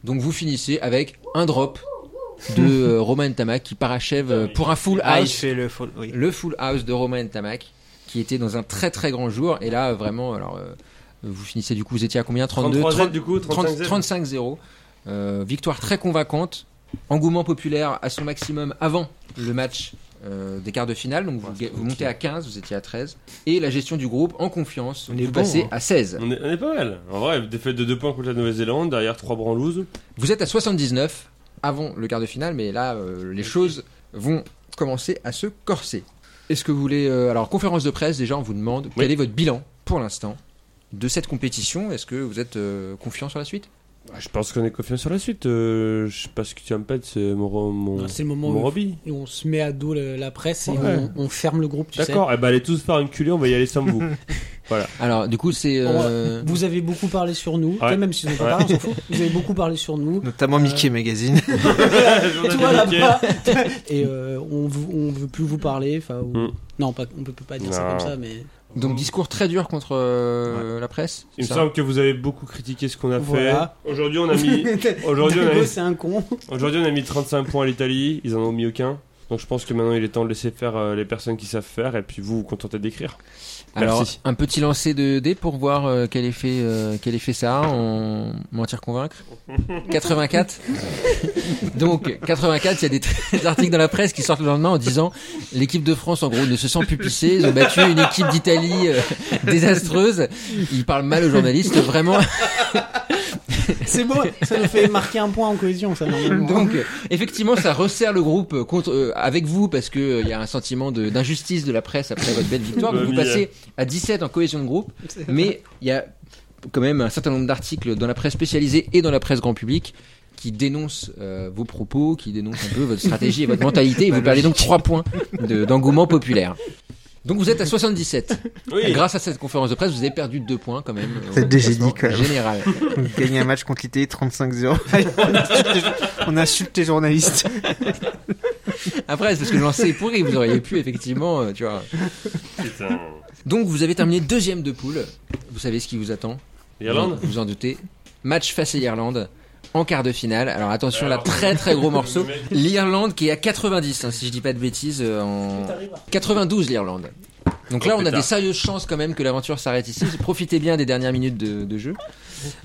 Speaker 3: Donc vous finissez avec un drop de euh, Romain Tamac qui parachève euh, pour un full
Speaker 5: Ah, il
Speaker 3: house
Speaker 5: fait le fol- oui.
Speaker 3: le full house de Romain Tamac qui était dans un très très grand jour et là vraiment alors euh, vous finissez du coup vous étiez à combien 32
Speaker 4: 33
Speaker 3: 30
Speaker 4: du coup, 35
Speaker 3: 35-0. Euh, victoire très convaincante. Engouement populaire à son maximum avant le match euh, des quarts de finale. Donc vous, vous montez à 15, vous étiez à 13. Et la gestion du groupe en confiance.
Speaker 6: On est
Speaker 3: vous
Speaker 6: bon,
Speaker 3: passez
Speaker 6: hein.
Speaker 3: à 16.
Speaker 4: On est, on est pas mal. En vrai, défaite de 2 points contre la Nouvelle-Zélande, derrière 3 branlouses.
Speaker 3: Vous êtes à 79 avant le quart de finale, mais là, euh, les choses vont commencer à se corser. Est-ce que vous voulez... euh, alors, conférence de presse, déjà, on vous demande quel
Speaker 4: Oui.
Speaker 3: est votre bilan, pour l'instant, de cette compétition. Est-ce que vous êtes euh, confiant sur la suite
Speaker 4: Ah, je pense qu'on est confiant sur la suite. Euh, je sais pas ce que tu vas me pètes, c'est mon, ro- mon,
Speaker 2: Non, C'est le
Speaker 4: mon
Speaker 2: moment où
Speaker 4: Robbie.
Speaker 2: où on se met à dos le- la presse et
Speaker 4: Ouais.
Speaker 2: on, on ferme le groupe, tu sais.
Speaker 4: D'accord, eh ben, allez tous faire une culée, on va y aller sans vous.
Speaker 3: Alors, du coup, c'est... euh,
Speaker 2: Vous avez beaucoup parlé sur nous,
Speaker 4: Ouais.
Speaker 2: même si vous n'avez pas
Speaker 4: Ouais.
Speaker 2: parlé, on s'en fout. Vous avez beaucoup parlé sur nous.
Speaker 5: Notamment Mickey Magazine.
Speaker 2: Tout va là-bas. Et euh, on, vous- on veut plus vous parler. Enfin, ou-
Speaker 4: Hmm.
Speaker 2: non, pas, on peut pas dire ça
Speaker 4: Non.
Speaker 2: comme ça, mais
Speaker 3: donc, discours très dur contre euh, la presse
Speaker 4: Il me
Speaker 3: ça
Speaker 4: semble que vous avez beaucoup critiqué ce qu'on a
Speaker 2: Voilà.
Speaker 4: fait. Aujourd'hui, on a mis. Aujourd'hui, on a
Speaker 2: Dingo,
Speaker 4: mis
Speaker 2: c'est un con.
Speaker 4: Aujourd'hui, on a mis 35 points à l'Italie, ils en ont mis aucun. Donc je pense que maintenant il est temps de laisser faire euh, les personnes qui savent faire et puis vous vous contentez d'écrire.
Speaker 3: Alors,
Speaker 4: Merci.
Speaker 3: un petit lancer de dés pour voir euh, quel, effet, euh, quel effet ça a en mentir convaincre. 84. Donc, 84, il y a des, tr- des articles dans la presse qui sortent le lendemain en disant l'équipe de France, en gros, ne se sent plus pissée. Ils ont battu une équipe d'Italie euh, désastreuse. Ils parlent mal aux journalistes, vraiment.
Speaker 2: C'est beau, ça nous fait marquer un point en cohésion, ça. normalement.
Speaker 3: Donc, euh, effectivement, ça resserre le groupe euh, contre, euh, avec vous parce que euh, il y a un sentiment de- d'injustice de, la presse après votre belle victoire.
Speaker 4: Bah
Speaker 3: Donc, vous
Speaker 4: oui, euh.
Speaker 3: passez à 17 en cohésion de groupe.
Speaker 2: C'est-
Speaker 3: Mais il y a quand même un certain nombre d'articles dans la presse spécialisée et dans la presse grand public qui dénoncent euh, vos propos, qui dénoncent un peu votre stratégie et votre mentalité. Et
Speaker 4: Bah,
Speaker 3: vous perdez donc 3 points de- d'engouement populaire. Donc vous êtes à 77.
Speaker 4: Oui,
Speaker 3: Grâce à cette conférence de presse, vous avez perdu 2 points quand même.
Speaker 5: C'est
Speaker 3: au
Speaker 5: des
Speaker 3: classement
Speaker 5: génies, quand même.
Speaker 3: Général.
Speaker 5: Gagner un match contre E l'Italie 35-0. on insulte les journalistes.
Speaker 3: Après, c'est parce que le lancer est pourri. Vous auriez pu effectivement, euh, tu vois.
Speaker 4: putain.
Speaker 3: Donc vous avez terminé deuxième de poule. Vous savez ce qui vous attend.
Speaker 4: Irlande
Speaker 3: Vous vous en doutez. Match face à l'Irlande en quart de finale. Alors attention, là,
Speaker 4: Alors-
Speaker 3: très très gros morceau. L'Irlande qui est à 90, hein, si je dis pas de bêtises, euh, en 92 l'Irlande. Donc là,
Speaker 4: Oh,
Speaker 3: on a
Speaker 4: pétard.
Speaker 3: des sérieuses chances quand même que l'aventure s'arrête ici. Profitez bien des dernières minutes de, de jeu.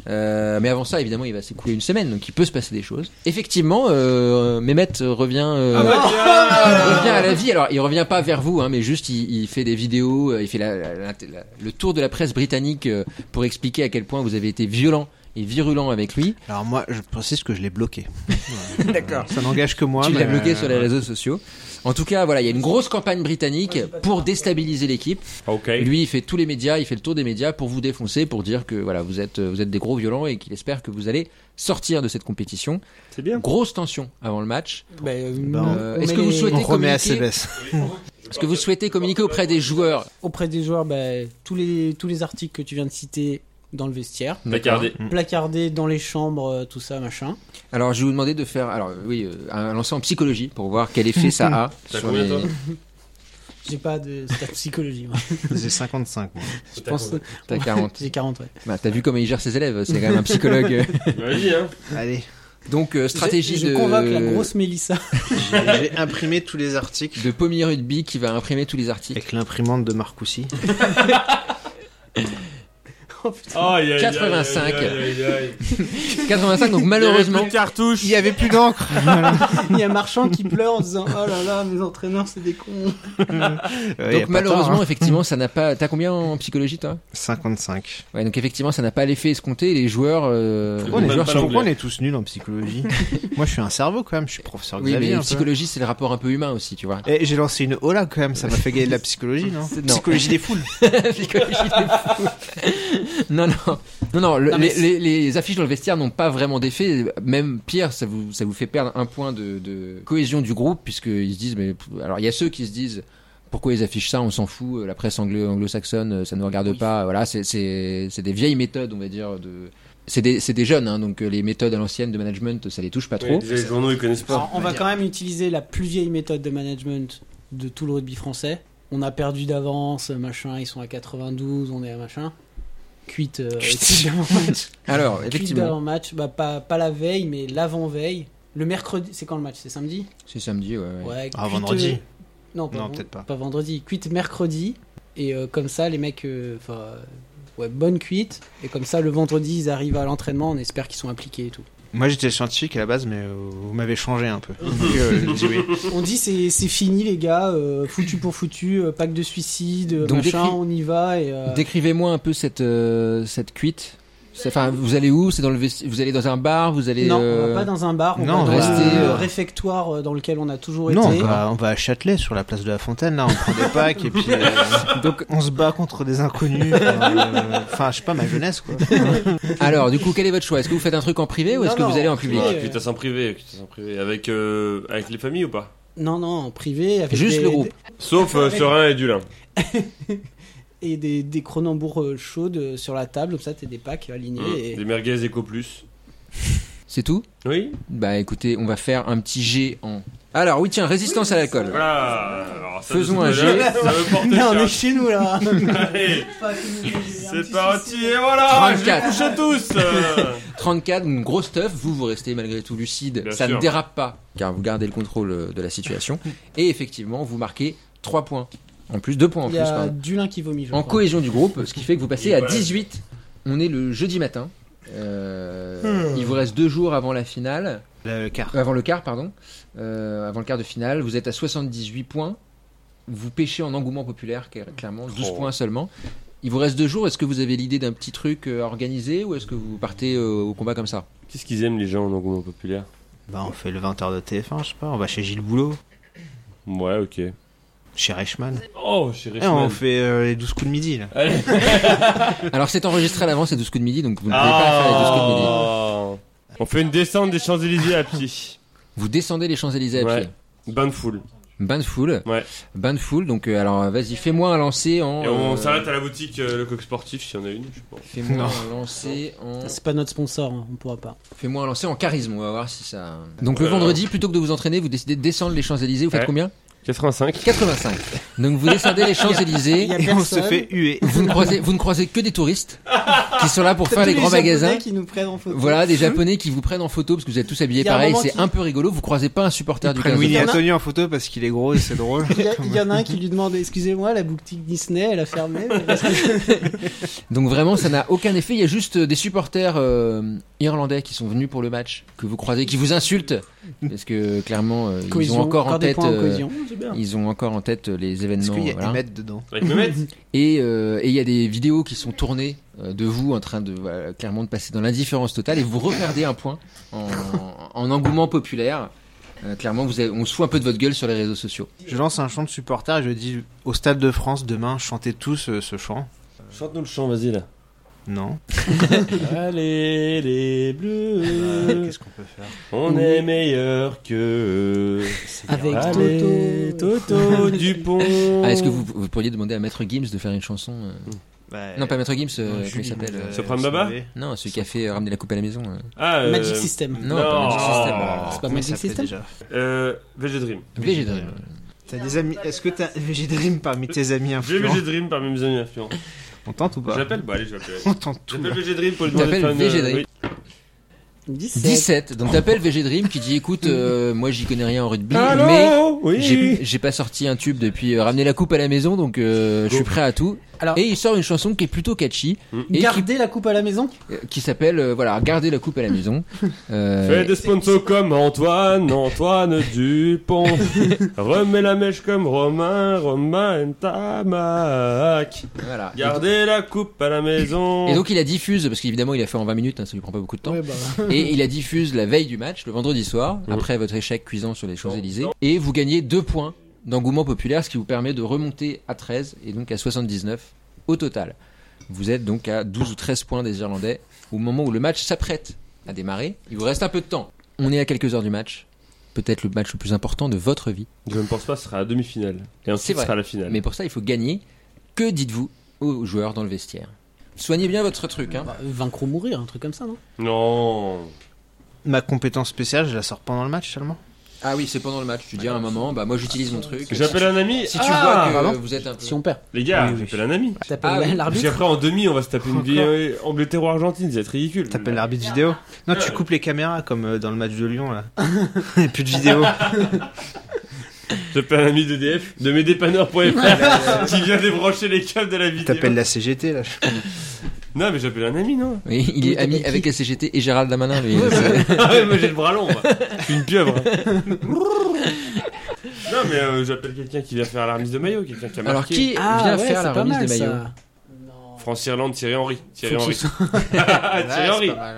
Speaker 3: Euh, mais avant ça, évidemment, il va s'écouler une semaine, donc il peut se passer des choses. Effectivement, euh, Mehmet revient. euh, il revient à la vie. Alors, il revient pas vers vous, hein, mais juste il, il fait des vidéos, euh, il fait la- la- la- la- le tour de la presse britannique euh, pour expliquer à quel point vous avez été violent et virulent avec lui.
Speaker 5: Alors moi, je précise que je l'ai bloqué. D'accord. Ça n'engage que moi.
Speaker 3: tu l'as
Speaker 5: mais,
Speaker 3: bloqué
Speaker 5: euh,
Speaker 3: sur les réseaux sociaux. En tout cas, voilà, il y a une grosse campagne britannique pour déstabiliser l'équipe.
Speaker 4: Ah, Ok.
Speaker 3: Lui, il fait tous les médias, il fait le tour des médias pour vous défoncer, pour dire que voilà, vous êtes, vous êtes des gros violents et qu'il espère que vous allez sortir de cette compétition.
Speaker 4: C'est bien.
Speaker 3: Grosse tension avant le match.
Speaker 2: Bah, euh,
Speaker 5: Ben,
Speaker 2: nous,
Speaker 3: euh,
Speaker 2: on
Speaker 3: est-ce
Speaker 2: met
Speaker 3: que vous
Speaker 2: les-
Speaker 3: souhaitez-
Speaker 5: On remet à
Speaker 3: communiqué.
Speaker 5: Sébastien.
Speaker 3: Est-ce que vous souhaitez communiquer auprès des joueurs
Speaker 2: auprès des joueurs bah, tous les tous les articles que tu viens de citer dans le vestiaire,
Speaker 4: T'as gardé.
Speaker 5: Mm.
Speaker 2: placardés dans les chambres, euh, tout ça, machin.
Speaker 3: Alors, je vais vous demander de faire alors, oui, euh, un lancer en psychologie pour voir quel effet ça a.
Speaker 4: T'as
Speaker 3: sur
Speaker 4: combien,
Speaker 3: les-
Speaker 4: toi
Speaker 2: J'ai pas de stats psychologie. moi.
Speaker 5: J'ai 55. Moi.
Speaker 2: Je pense
Speaker 3: T'as 40.
Speaker 2: j'ai 40, ouais.
Speaker 3: Bah, T'as vu comment il gère ses élèves, c'est quand même un psychologue.
Speaker 4: Vas-y, hein.
Speaker 5: Allez,
Speaker 3: Donc, euh, stratégie
Speaker 2: je, je
Speaker 3: de,
Speaker 2: convoque la grosse Mélissa.
Speaker 5: j'ai imprimé tous les articles
Speaker 3: de Pommier Rugby qui va imprimer tous les articles.
Speaker 5: avec l'imprimante de Marcoussi.
Speaker 4: Aïe, aïe, aïe, aïe,
Speaker 3: 85.
Speaker 4: aïe, aïe, aïe.
Speaker 3: 85, donc malheureusement,
Speaker 5: cartouche. Il y avait plus d'encre.
Speaker 2: Il y a Marchand qui pleure en disant Oh là là, mes entraîneurs, c'est des cons.
Speaker 3: donc, malheureusement
Speaker 5: hein.
Speaker 3: effectivement, ça n'a pas. T'as combien en psychologie, toi
Speaker 5: 55.
Speaker 3: Ouais, donc effectivement, ça n'a pas l'effet escompté. et Les joueurs, euh,
Speaker 4: Pourquoi
Speaker 5: Pourquoi on,
Speaker 3: les
Speaker 5: est,
Speaker 4: parle
Speaker 3: joueurs
Speaker 4: pas
Speaker 5: pourquoi
Speaker 4: l'anglais
Speaker 5: on est tous nuls en psychologie Moi, je suis un cerveau quand même. Je suis professeur
Speaker 3: Oui,
Speaker 5: Xavier.
Speaker 3: mais
Speaker 5: un peu.
Speaker 3: psychologie, c'est le rapport un peu humain aussi, tu vois.
Speaker 5: Eh, j'ai lancé une hola quand même. Ça m'a fait gagner de la psychologie, non,
Speaker 3: C'est- non.
Speaker 5: Psychologie des foules.
Speaker 3: Psychologie des fous. non, non, non, non, le-
Speaker 2: Non, mais
Speaker 3: les, les- les affiches dans le vestiaire n'ont pas vraiment d'effet. Même pire, ça vous, ça vous fait perdre un point de, de cohésion du groupe, puisqu'ils se disent. Mais, alors, il y a ceux qui se disent. Pourquoi ils affichent ça On s'en fout. euh, La presse anglo- anglo-saxonne, euh, ça ne nous regarde pas. Voilà, c'est- c'est c'est des vieilles méthodes, on va dire. De... C'est des, c'est des jeunes, hein, donc euh, les méthodes à l'ancienne de management, ça les touche pas
Speaker 4: Ouais,
Speaker 3: trop.
Speaker 4: déjà, les journaux ils connaissent pas.
Speaker 2: Alors, on va quand même utiliser la plus vieille méthode de management de tout le rugby français. On a perdu d'avance, machin, ils sont à 92, on est à machin. Cuite, euh, cuite d'avant match.
Speaker 3: Alors,
Speaker 2: Cuite
Speaker 3: effectivement,
Speaker 2: d'avant match, bah, pas, pas la veille, mais l'avant-veille. Le mercredi, c'est quand le match C'est samedi
Speaker 3: c'est samedi, ouais, ouais.
Speaker 2: Ouais,
Speaker 5: Ah,
Speaker 2: cuite,
Speaker 5: vendredi.
Speaker 2: euh, Non, pas,
Speaker 5: Non,
Speaker 2: ven-
Speaker 5: peut-être pas.
Speaker 2: vendredi. Cuite mercredi. Et euh, comme ça, les mecs. euh, Enfin. euh, ouais, bonne cuite. Et comme ça, le vendredi, ils arrivent à l'entraînement. On espère qu'ils sont impliqués et tout.
Speaker 5: Moi j'étais scientifique à la base, mais euh, vous m'avez changé un
Speaker 2: Oh.
Speaker 5: peu. Donc, euh, je dis oui.
Speaker 2: On dit c'est c'est fini les gars, euh, foutu pour foutu, euh, pacte de suicide, euh,
Speaker 3: Donc,
Speaker 2: machin,
Speaker 3: décrit-
Speaker 2: on y va et euh,
Speaker 3: Décrivez-moi un peu cette, euh, cette cuite. C'est- Enfin, vous allez où C'est dans le vesti- Vous allez dans un bar Vous allez
Speaker 2: non, on
Speaker 3: euh,
Speaker 2: va pas dans un bar, on
Speaker 5: non,
Speaker 2: va
Speaker 5: on va-
Speaker 2: rester le réfectoire euh, dans lequel on a toujours
Speaker 5: Non,
Speaker 2: été.
Speaker 5: on
Speaker 3: bah,
Speaker 5: va, on va à Châtelet sur la place de la Fontaine, là, on prend des packs et puis euh,
Speaker 3: Donc,
Speaker 5: on se bat contre des inconnus. euh, Enfin, je sais pas, ma jeunesse quoi.
Speaker 3: alors, du coup, quel est votre choix Est-ce que vous faites un truc en privé ou est-ce
Speaker 2: Non,
Speaker 3: que
Speaker 2: non,
Speaker 3: vous allez en
Speaker 2: en
Speaker 3: public
Speaker 2: privé.
Speaker 4: Ah, putain, c'est en privé, putain, c'est en privé. Avec, euh, avec les familles ou pas
Speaker 2: Non, non, en privé avec
Speaker 3: Juste
Speaker 2: des-
Speaker 3: le groupe.
Speaker 4: Sauf euh, Serein et Dulin.
Speaker 2: et des, des chronambours euh, chaudes euh, sur la table, comme ça t'es des packs alignés.
Speaker 4: Mmh.
Speaker 2: et-
Speaker 4: Des merguez éco plus.
Speaker 3: C'est tout
Speaker 4: Oui
Speaker 3: Bah, écoutez, on va faire un petit G en. Alors, oui, tiens, résistance à l'alcool.
Speaker 4: Voilà. euh, Alors, ça,
Speaker 3: Faisons
Speaker 4: de
Speaker 3: un
Speaker 4: ce côté-là, Ça veut porter
Speaker 2: Mais on est
Speaker 4: chance.
Speaker 2: chez nous là
Speaker 4: Allez,
Speaker 2: C'est
Speaker 4: c'est parti. Et voilà, je les
Speaker 3: 34.
Speaker 4: couche à tous. euh.
Speaker 3: 34, une grosse teuf, vous, vous restez malgré tout lucide,
Speaker 4: Bien
Speaker 3: ça
Speaker 4: sûr.
Speaker 3: ne dérape pas, car vous gardez le contrôle euh, de la situation, et effectivement, vous marquez 3 points, en plus, 2 points en
Speaker 2: Il
Speaker 3: plus,
Speaker 2: y a
Speaker 3: pardon.
Speaker 2: Dulin qui vomit. je
Speaker 3: en
Speaker 2: crois.
Speaker 3: cohésion du groupe, ce qui fait que vous passez
Speaker 4: Et
Speaker 3: à
Speaker 4: voilà.
Speaker 3: 18. On est le jeudi matin, Euh, il vous reste 2 jours avant la finale,
Speaker 5: Le car.
Speaker 3: euh, avant le quart, pardon, Euh, avant le quart de finale, vous êtes à 78 points, vous pêchez en engouement populaire, clair- clairement, 12
Speaker 4: Oh.
Speaker 3: points seulement. Il vous reste 2 jours, est-ce que vous avez l'idée d'un petit truc euh, à organiser, ou est-ce que vous partez euh, au combat comme ça
Speaker 4: Qu'est-ce qu'ils aiment les gens en engouement populaire
Speaker 5: Bah, on fait le 20h de TF1, je sais pas, on va chez Gilles Boulot,
Speaker 4: Ouais, ok.
Speaker 5: chez Reichmann.
Speaker 4: Oh, chérie.
Speaker 3: Eh,
Speaker 5: Et on fait euh, les 12 coups de midi là.
Speaker 4: Allez.
Speaker 3: Alors c'est enregistré à l'avance à 12 coups de midi, donc vous ne pouvez pas faire les 12 coups de midi.
Speaker 4: Ah. On fait une descente des Champs-Élysées à pied.
Speaker 3: Vous descendez les Champs-Élysées à
Speaker 4: Ouais.
Speaker 3: pied.
Speaker 4: Bain de foule.
Speaker 3: Bain de foule.
Speaker 4: Ouais.
Speaker 3: Bain de foule, donc euh, alors vas-y, fais-moi un lancer en...
Speaker 4: Et on
Speaker 3: euh,
Speaker 4: s'arrête à la boutique euh, Le Coq Sportif, s'il y en a une, je pense.
Speaker 3: Fais-moi un lancer en...
Speaker 2: C'est pas notre sponsor, hein, on pourra pas.
Speaker 3: Fais-moi un lancer en charisme, on va voir si ça... Donc le
Speaker 4: Euh.
Speaker 3: vendredi, plutôt que de vous entraîner, vous décidez de descendre les Champs-Élysées, vous faites
Speaker 4: Ouais.
Speaker 3: combien
Speaker 4: 85.
Speaker 3: 85. Donc vous descendez les Champs-Élysées,
Speaker 2: Il y a
Speaker 5: Et on se
Speaker 2: personne.
Speaker 5: fait huer.
Speaker 3: vous, ne croisez- vous ne croisez que des touristes qui sont là pour
Speaker 2: T'as
Speaker 3: faire
Speaker 2: tous
Speaker 3: les grands
Speaker 2: Japonais
Speaker 3: magasins.
Speaker 2: qui nous prennent en photo.
Speaker 3: Voilà, des Japonais qui vous prennent en photo parce que vous êtes tous habillés
Speaker 2: Il y a un
Speaker 3: pareil,
Speaker 2: moment
Speaker 3: c'est
Speaker 2: qui-
Speaker 3: un peu rigolo, vous croisez pas un supporter du
Speaker 5: Prennent
Speaker 3: 15
Speaker 5: Winnie
Speaker 2: Il y en a-
Speaker 5: Antonio en photo parce qu'il est gros et c'est drôle.
Speaker 2: Il y, a- il y en a un qui lui demande Excusez-moi, la boutique Disney, elle a fermé. Parce que-
Speaker 3: Donc vraiment, ça n'a aucun effet. Il y a juste euh, des supporters euh, irlandais qui sont venus pour le match, que vous croisez, qui vous insultent, parce que clairement, euh, ils
Speaker 2: Cohésion,
Speaker 3: ont encore, en
Speaker 2: des
Speaker 3: tête,
Speaker 2: points en
Speaker 3: euh,
Speaker 2: cohésion.
Speaker 4: Oh,
Speaker 3: ils ont encore en tête euh, les
Speaker 5: Est-ce
Speaker 3: événements.
Speaker 5: qu'il y a
Speaker 3: voilà.
Speaker 5: Emmett dedans
Speaker 4: Avec Mehmet
Speaker 3: Et euh, et il y a des vidéos qui sont tournées euh, de vous en train de voilà, clairement de passer dans l'indifférence totale et vous reperdez un point en, en engouement populaire. Euh, clairement, vous avez- on se fout un peu de votre gueule sur les réseaux sociaux.
Speaker 5: Je lance un chant de supporter et je dis au Stade de France demain, chantez tous euh, ce chant.
Speaker 4: Chante-nous le chant, vas-y là.
Speaker 5: Non.
Speaker 4: Allez, les
Speaker 3: Ah, Euh,
Speaker 4: bleus.
Speaker 5: qu'on peut faire
Speaker 4: On est meilleur que.
Speaker 2: Avec
Speaker 4: Allez,
Speaker 2: Toto.
Speaker 4: Toto Dupont.
Speaker 3: Ah, Est-ce que vous, vous pourriez demander à Maître Gims de faire une chanson euh,
Speaker 5: Bah,
Speaker 3: Non, pas Maître Gims, euh, comment il s'appelle euh,
Speaker 4: Sopran Baba
Speaker 3: Non, celui qui a fait euh, ramener la coupe à la maison. euh.
Speaker 4: Ah, euh,
Speaker 2: Magic System.
Speaker 3: Non, pas
Speaker 4: Oh.
Speaker 3: Magic System.
Speaker 5: Ah,
Speaker 2: C'est pas Magic System
Speaker 4: Euh, VG Dream.
Speaker 3: VG Dream.
Speaker 5: T'as des amis Est-ce que t'as VG Dream parmi tes amis
Speaker 4: J'ai
Speaker 5: influents
Speaker 4: VG Dream parmi mes amis influents.
Speaker 5: On tente ou pas
Speaker 4: J'appelle Bah allez, j'appelle.
Speaker 5: On tente tout.
Speaker 4: J'appelle
Speaker 5: là.
Speaker 4: VG Dream pour euh, lui
Speaker 3: Il
Speaker 4: demander de
Speaker 3: t'appelle
Speaker 4: faire une-
Speaker 3: VG Dream.
Speaker 4: oui.
Speaker 2: 17.
Speaker 3: 17. Donc t'appelles VG Dream qui dit écoute, euh, moi j'y connais rien en rugby, mais
Speaker 4: Allô Oui
Speaker 3: j'ai j'ai pas sorti un tube depuis euh, ramener la coupe à la maison, donc euh, je suis prêt à tout.
Speaker 2: Alors-
Speaker 3: et il sort une chanson qui est plutôt catchy, et qui-
Speaker 2: Gardez la coupe à la maison.
Speaker 3: euh, qui, s'appelle euh, voilà garder la coupe à la maison. Euh,
Speaker 4: Fais des sponsors comme Antoine, Antoine Dupont. Remets la mèche comme Romain, Romain Tamac.
Speaker 3: voilà.
Speaker 4: Gardez la coupe à la maison.
Speaker 3: Et donc il la diffuse parce qu'évidemment il a fait en 20 minutes, hein, ça lui prend pas beaucoup de temps.
Speaker 2: Ouais, bah,
Speaker 3: Et il la diffuse la veille du match, le vendredi soir,
Speaker 4: Mhm.
Speaker 3: après votre échec cuisant sur les Champs-Élysées. Et vous gagnez 2 points d'engouement populaire, ce qui vous permet de remonter à 13 et donc à 79 au total. Vous êtes donc à 12 ou 13 points des Irlandais au moment où le match s'apprête à démarrer. Il vous reste un peu de temps. On est à quelques heures du match. Peut-être le match le plus important de votre vie.
Speaker 4: Je ne pense pas, ce sera la demi-finale. Et
Speaker 3: C'est
Speaker 4: ensuite, ce
Speaker 3: vrai.
Speaker 4: sera la finale.
Speaker 3: Mais pour ça, il faut gagner. Que dites-vous aux joueurs dans le vestiaire Soignez bien votre truc. Hein.
Speaker 2: bah, Vaincre ou mourir, un truc comme ça, non
Speaker 3: Euh,
Speaker 4: Non.
Speaker 5: Ma compétence spéciale, je la sors pendant le match seulement
Speaker 3: Ah oui, c'est pendant le match. Tu dis à un moment, bah moi j'utilise mon truc.
Speaker 4: J'appelle un ami.
Speaker 3: Si tu
Speaker 4: Ah
Speaker 3: vois que
Speaker 2: pardon.
Speaker 3: vous êtes un peu...
Speaker 2: Si on perd.
Speaker 4: Les gars,
Speaker 5: Oui, oui.
Speaker 4: j'appelle un ami.
Speaker 2: T'appelles
Speaker 3: Ah oui.
Speaker 4: Puis
Speaker 2: l'arbitre.
Speaker 4: après, en demi, on va se taper une vie euh, Angleterre ou Argentine, ça va être ridicule.
Speaker 5: T'appelles l'arbitre vidéo Non, tu coupes les caméras comme euh, dans le match de Lyon là. Et plus de vidéo.
Speaker 4: J'appelle un ami d'EDF, de mesdépanneurs.fr, qui vient débrancher les câbles de la vidéo.
Speaker 5: T'appelles la CGT là.
Speaker 4: Non, mais j'appelle un ami, non
Speaker 3: Oui, il
Speaker 2: Oui,
Speaker 3: est
Speaker 2: t'as
Speaker 3: ami
Speaker 2: dit
Speaker 3: avec
Speaker 2: qui
Speaker 3: la CGT et Gérald Damanin. lui. C'est-
Speaker 4: Ah ouais, moi j'ai le bras long, moi. Je suis une pieuvre. non, mais euh, j'appelle quelqu'un qui vient faire la remise de maillot, quelqu'un qui a marqué.
Speaker 3: Alors qui
Speaker 2: Ah,
Speaker 3: vient
Speaker 2: ouais,
Speaker 3: faire
Speaker 2: c'est
Speaker 3: la
Speaker 2: pas
Speaker 3: remise
Speaker 2: mal,
Speaker 3: des maillots
Speaker 2: ça.
Speaker 4: France Irlande, Thierry Henry. Thierry
Speaker 2: Faut que
Speaker 4: Henry.
Speaker 2: ce
Speaker 4: Ah,
Speaker 5: Ouais,
Speaker 4: Thierry
Speaker 5: c'est
Speaker 4: Henry.
Speaker 5: pas mal,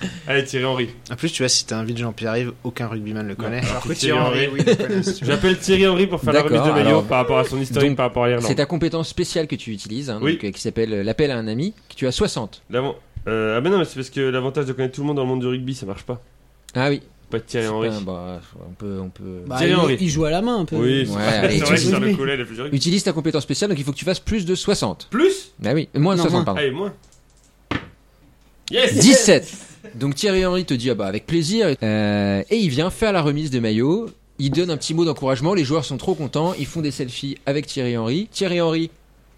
Speaker 5: ouais.
Speaker 4: Allez, Thierry Henry.
Speaker 5: En plus, tu vois, si t'as un vide Jean-Pierre, aucun rugbyman le connaît. Alors que
Speaker 4: Thierry Henry,
Speaker 5: oui, le connaît. si tu veux.
Speaker 4: J'appelle Thierry Henry pour faire la
Speaker 3: D'accord,
Speaker 4: remise de maillot
Speaker 3: alors-
Speaker 4: par rapport à son historique,
Speaker 3: Donc,
Speaker 4: par rapport à
Speaker 3: C'est
Speaker 4: l'Irlande.
Speaker 3: ta compétence spéciale que tu utilises, hein,
Speaker 4: Oui.
Speaker 3: donc, euh, qui s'appelle euh, l'appel à un ami, que tu as 60.
Speaker 4: L'avant- euh, ah, mais non, mais c'est parce que l'avantage de connaître tout le monde dans le monde du rugby, ça marche pas.
Speaker 3: Ah oui.
Speaker 4: Pas de Thierry
Speaker 3: C'est
Speaker 4: Henry.
Speaker 3: pas- bah, on peut, on peut.
Speaker 2: Bah,
Speaker 4: Thierry
Speaker 2: il-
Speaker 4: Henry.
Speaker 2: Il joue à la main un peu.
Speaker 4: Oui,
Speaker 3: Ouais,
Speaker 4: c'est
Speaker 3: allez,
Speaker 4: c'est vrai que
Speaker 3: tu-
Speaker 4: sur le collet, il a plus de rugby.
Speaker 3: Utilise ta compétence spéciale, donc il faut que tu fasses plus de 60.
Speaker 4: Plus
Speaker 3: Ah oui, moins de
Speaker 2: Non,
Speaker 3: 60,
Speaker 2: moins.
Speaker 3: pardon.
Speaker 4: Allez, moins. Yes
Speaker 3: 17 Donc Thierry Henry te dit ah bah avec plaisir Euh, et il vient faire la remise des maillots. Il donne un petit mot d'encouragement. Les joueurs sont trop contents. Ils font des selfies avec Thierry Henry. Thierry Henry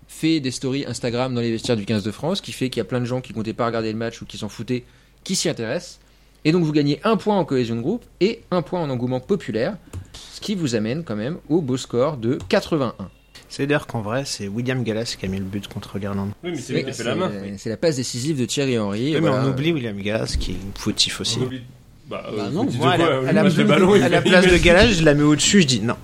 Speaker 3: fait des stories Instagram dans les vestiaires du 15 de France, qui fait qu'il y a plein de gens qui comptaient pas regarder le match ou qui s'en foutaient, qui s'y intéressent. Et donc vous gagnez un point en cohésion de groupe et un point en engouement populaire, ce qui vous amène quand même au beau score de 81.
Speaker 5: C'est d'ailleurs qu'en vrai, c'est William Gallas qui a mis le but contre l'Irlande.
Speaker 4: Oui, mais c'est lui
Speaker 3: Oui,
Speaker 4: qui a fait
Speaker 3: C'est
Speaker 4: la main.
Speaker 3: c'est la passe décisive de Thierry Henry.
Speaker 5: Oui, mais
Speaker 3: Voilà.
Speaker 5: on oublie William Gallas qui est fautif aussi.
Speaker 4: On oublie- Bah,
Speaker 2: Bah
Speaker 4: euh,
Speaker 2: non,
Speaker 4: dis de
Speaker 5: Moi, à
Speaker 4: quoi,
Speaker 5: la-
Speaker 4: on lui
Speaker 5: à la-
Speaker 4: passe le ballon, il
Speaker 5: à la
Speaker 4: fait-
Speaker 5: place
Speaker 4: il
Speaker 5: de
Speaker 4: met-
Speaker 5: Gallas, je la mets au-dessus, je dis non.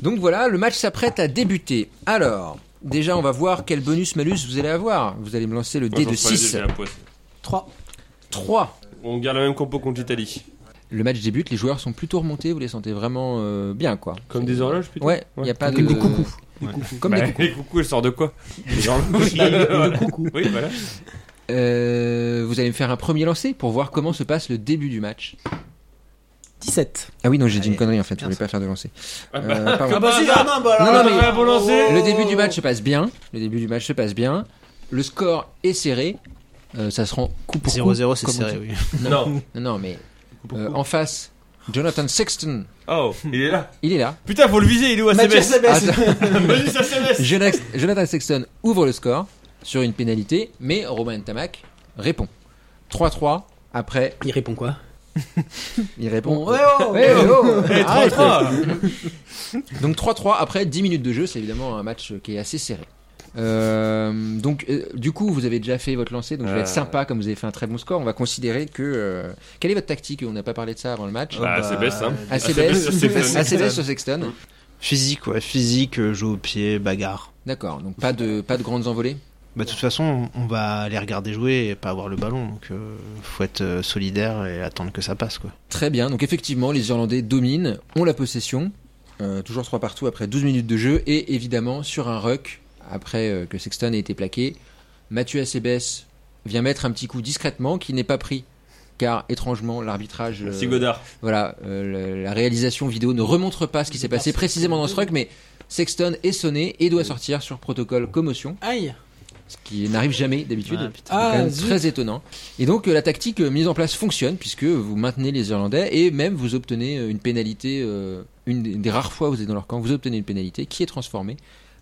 Speaker 3: Donc voilà, le match s'apprête à débuter. Alors, déjà, on va voir quel bonus-malus vous allez avoir. Vous allez me lancer le
Speaker 4: Moi,
Speaker 3: dé
Speaker 4: j'en
Speaker 3: de
Speaker 4: ferai les
Speaker 3: 6.
Speaker 4: deux, j'ai la poisse.
Speaker 2: 3.
Speaker 3: 3.
Speaker 4: On garde la même compo contre l'Italie.
Speaker 3: Le match débute, les joueurs sont plutôt remontés, vous les sentez vraiment euh, bien, quoi.
Speaker 4: Comme des horloges, plutôt
Speaker 3: Ouais, il n'y a pas de.
Speaker 2: Comme des coucous.
Speaker 5: Ouais.
Speaker 3: Comme
Speaker 4: Bah,
Speaker 3: des coucous.
Speaker 4: les coucous, elles sortent de quoi Des horloges. Voilà. Oui, voilà.
Speaker 3: Euh, vous allez me faire un premier lancer pour voir comment se passe le début du match.
Speaker 2: 17.
Speaker 3: Ah oui, non, j'ai dit une
Speaker 5: Allez,
Speaker 3: connerie en fait, je
Speaker 5: bien
Speaker 3: voulais
Speaker 5: ça.
Speaker 3: pas faire de lancer.
Speaker 4: Ah
Speaker 3: Euh,
Speaker 4: bah,
Speaker 3: pardon.
Speaker 4: bah, oh si,
Speaker 2: ah, non, bah,
Speaker 3: alors, Non, non, mais-
Speaker 4: pas pour lancer.
Speaker 3: Le début du match se passe bien. Le début du match se passe bien. Le score est serré. Euh, ça se rend coup pour coup.
Speaker 5: 0-0, c'est
Speaker 3: comme on
Speaker 5: serré,
Speaker 3: dit.
Speaker 5: oui.
Speaker 4: Non.
Speaker 3: Non, non, mais euh, en face, Jonathan Sexton,
Speaker 4: Oh, il est là.
Speaker 3: il est là.
Speaker 4: Putain, faut le viser, il est où SMS
Speaker 3: Attends,
Speaker 4: Bonus SMS
Speaker 3: Jonas- Jonathan Sexton ouvre le score sur une pénalité, mais Romain Tamac répond. 3-3. Après,
Speaker 2: Il répond quoi
Speaker 3: il répond.
Speaker 2: oh,
Speaker 3: Ouais, oh,
Speaker 4: Eh,
Speaker 3: arrête.
Speaker 4: 3-3
Speaker 3: Donc 3-3 après 10 minutes de jeu, c'est évidemment un match qui est assez serré. Euh, donc euh, du coup, vous avez déjà fait votre lancer, donc je vais être
Speaker 4: Euh.
Speaker 3: sympa comme vous avez fait un très bon score. On va considérer que euh, quelle est votre tactique On n'a pas parlé de ça avant le match.
Speaker 4: Bah, c'est bête,
Speaker 2: Ah,
Speaker 4: hein.
Speaker 3: Assez
Speaker 4: assez
Speaker 3: baisse,
Speaker 4: baisse sur Sexton.
Speaker 3: assez baisse sur Sexton.
Speaker 5: Physique, ouais, physique, euh, jeu au pied, bagarre.
Speaker 3: D'accord. Donc pas de pas de grandes envolées.
Speaker 5: Bah, de toute façon, on va les regarder jouer et pas avoir le ballon, donc euh, faut être euh, solidaire et attendre que ça passe, quoi.
Speaker 3: Très bien, donc effectivement, les Irlandais dominent, ont la possession, euh, toujours 3 partout après 12 minutes de jeu, et évidemment, sur un ruck, après euh, que Sexton ait été plaqué, Mathieu Acebes vient mettre un petit coup discrètement qui n'est pas pris, car étrangement, l'arbitrage. euh,
Speaker 4: Merci Godard.
Speaker 3: voilà, euh, le- la réalisation vidéo ne remontre pas ce qui s'est passé précisément dans ce ruck, mais Sexton est sonné et doit sortir sur protocole commotion,
Speaker 2: Aïe
Speaker 3: ce qui n'arrive jamais d'habitude.
Speaker 5: Ouais, putain.
Speaker 3: C'est quand
Speaker 2: Ah,
Speaker 3: même
Speaker 2: zut.
Speaker 3: très étonnant. Et donc euh, la tactique euh, mise en place fonctionne puisque vous maintenez les Irlandais et même vous obtenez euh, une pénalité, euh, une des- des rares fois où vous êtes dans leur camp, vous obtenez une pénalité qui est transformée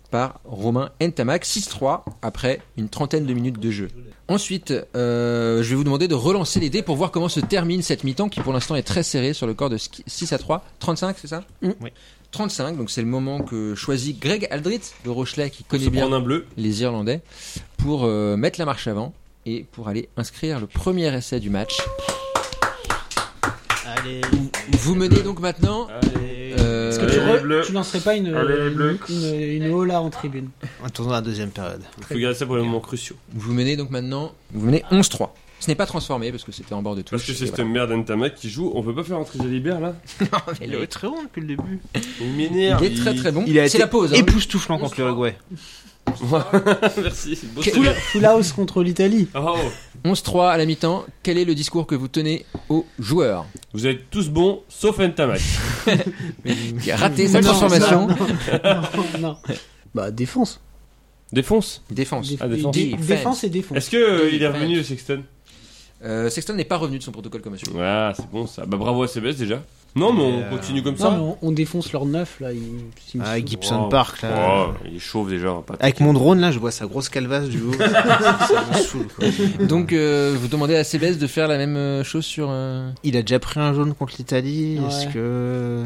Speaker 3: par Romain Ntamak 6-3 après une trentaine de minutes de jeu. Ensuite, euh, je vais vous demander de relancer les dés pour voir comment se termine cette mi-temps qui pour l'instant est très serrée sur le corps de 6 à 3. 35, c'est ça
Speaker 2: Mm.
Speaker 5: Oui.
Speaker 3: 35, donc c'est le moment que choisit Greg Aldrit, le Rochelet
Speaker 4: Faut
Speaker 3: qui
Speaker 4: se
Speaker 3: connaît bien
Speaker 4: prendre un bleu.
Speaker 3: les Irlandais pour euh, mettre la marche avant et pour aller inscrire le premier essai du match.
Speaker 5: Allez,
Speaker 3: Vous menez donc maintenant.
Speaker 4: Allez.
Speaker 3: euh,
Speaker 2: Est-ce que
Speaker 4: Allez,
Speaker 2: tu,
Speaker 4: les
Speaker 2: re-
Speaker 4: Bleus.
Speaker 2: tu lancerais pas une,
Speaker 4: Allez, les Bleus.
Speaker 2: une, une, une hola en tribune
Speaker 5: en tournant la deuxième période.
Speaker 4: Faut garder ça pour les moments cruciaux.
Speaker 3: Vous menez donc maintenant. Vous menez 11-3. Ce n'est pas transformé parce que c'était en bord de touche.
Speaker 4: Parce que c'est
Speaker 3: Et
Speaker 4: cette merde Ntamak qui joue, on peut pas faire entrer Jalibert là Oh,
Speaker 3: voilà.
Speaker 5: Il est très bon depuis le début.
Speaker 4: Il
Speaker 3: Il
Speaker 4: m'énerve.
Speaker 3: est très très bon.
Speaker 5: Il a
Speaker 3: C'est
Speaker 5: été
Speaker 3: la pause. hein.
Speaker 5: époustouflant contre l'Uruguay.
Speaker 4: Merci, c'est beau.
Speaker 2: Full, full house contre l'Italie.
Speaker 4: Oh,
Speaker 3: 11-3 à la mi-temps. Quel est le discours que vous tenez aux joueurs
Speaker 4: vous êtes tous bons, sauf Ntamak.
Speaker 3: Qui a raté sa
Speaker 2: Non,
Speaker 3: transformation.
Speaker 2: ça, non, non, non. Bah, défense.
Speaker 4: Défonce.
Speaker 3: Défense.
Speaker 2: Déf-
Speaker 4: Ah, défense.
Speaker 2: dé-
Speaker 3: Défense.
Speaker 2: défense et défense.
Speaker 4: Est-ce que euh,
Speaker 3: Oui,
Speaker 4: il est
Speaker 3: French.
Speaker 4: revenu le Sexton
Speaker 3: Euh, Sexton n'est pas revenu de son protocole commotion.
Speaker 4: Ah, c'est bon ça. Bah bravo à CBS déjà. Non, mais on
Speaker 5: Euh,
Speaker 4: continue comme
Speaker 2: Non,
Speaker 4: ça.
Speaker 2: mais on, on défonce leur neuf là. ils- ils me
Speaker 5: Ah,
Speaker 2: saoulent.
Speaker 5: Gibson
Speaker 4: Wow.
Speaker 5: Park, là.
Speaker 2: Euh,
Speaker 4: Oh, il est chauve déjà, on va pas
Speaker 5: Avec mon drone, là, je vois sa grosse calvasse du haut. ça, ça me saoule, quoi.
Speaker 3: Donc euh, vous demandez à Cébès de faire la même euh, chose sur. euh,
Speaker 5: Il a déjà pris un jaune contre l'Italie.
Speaker 2: Ouais.
Speaker 5: Est-ce que.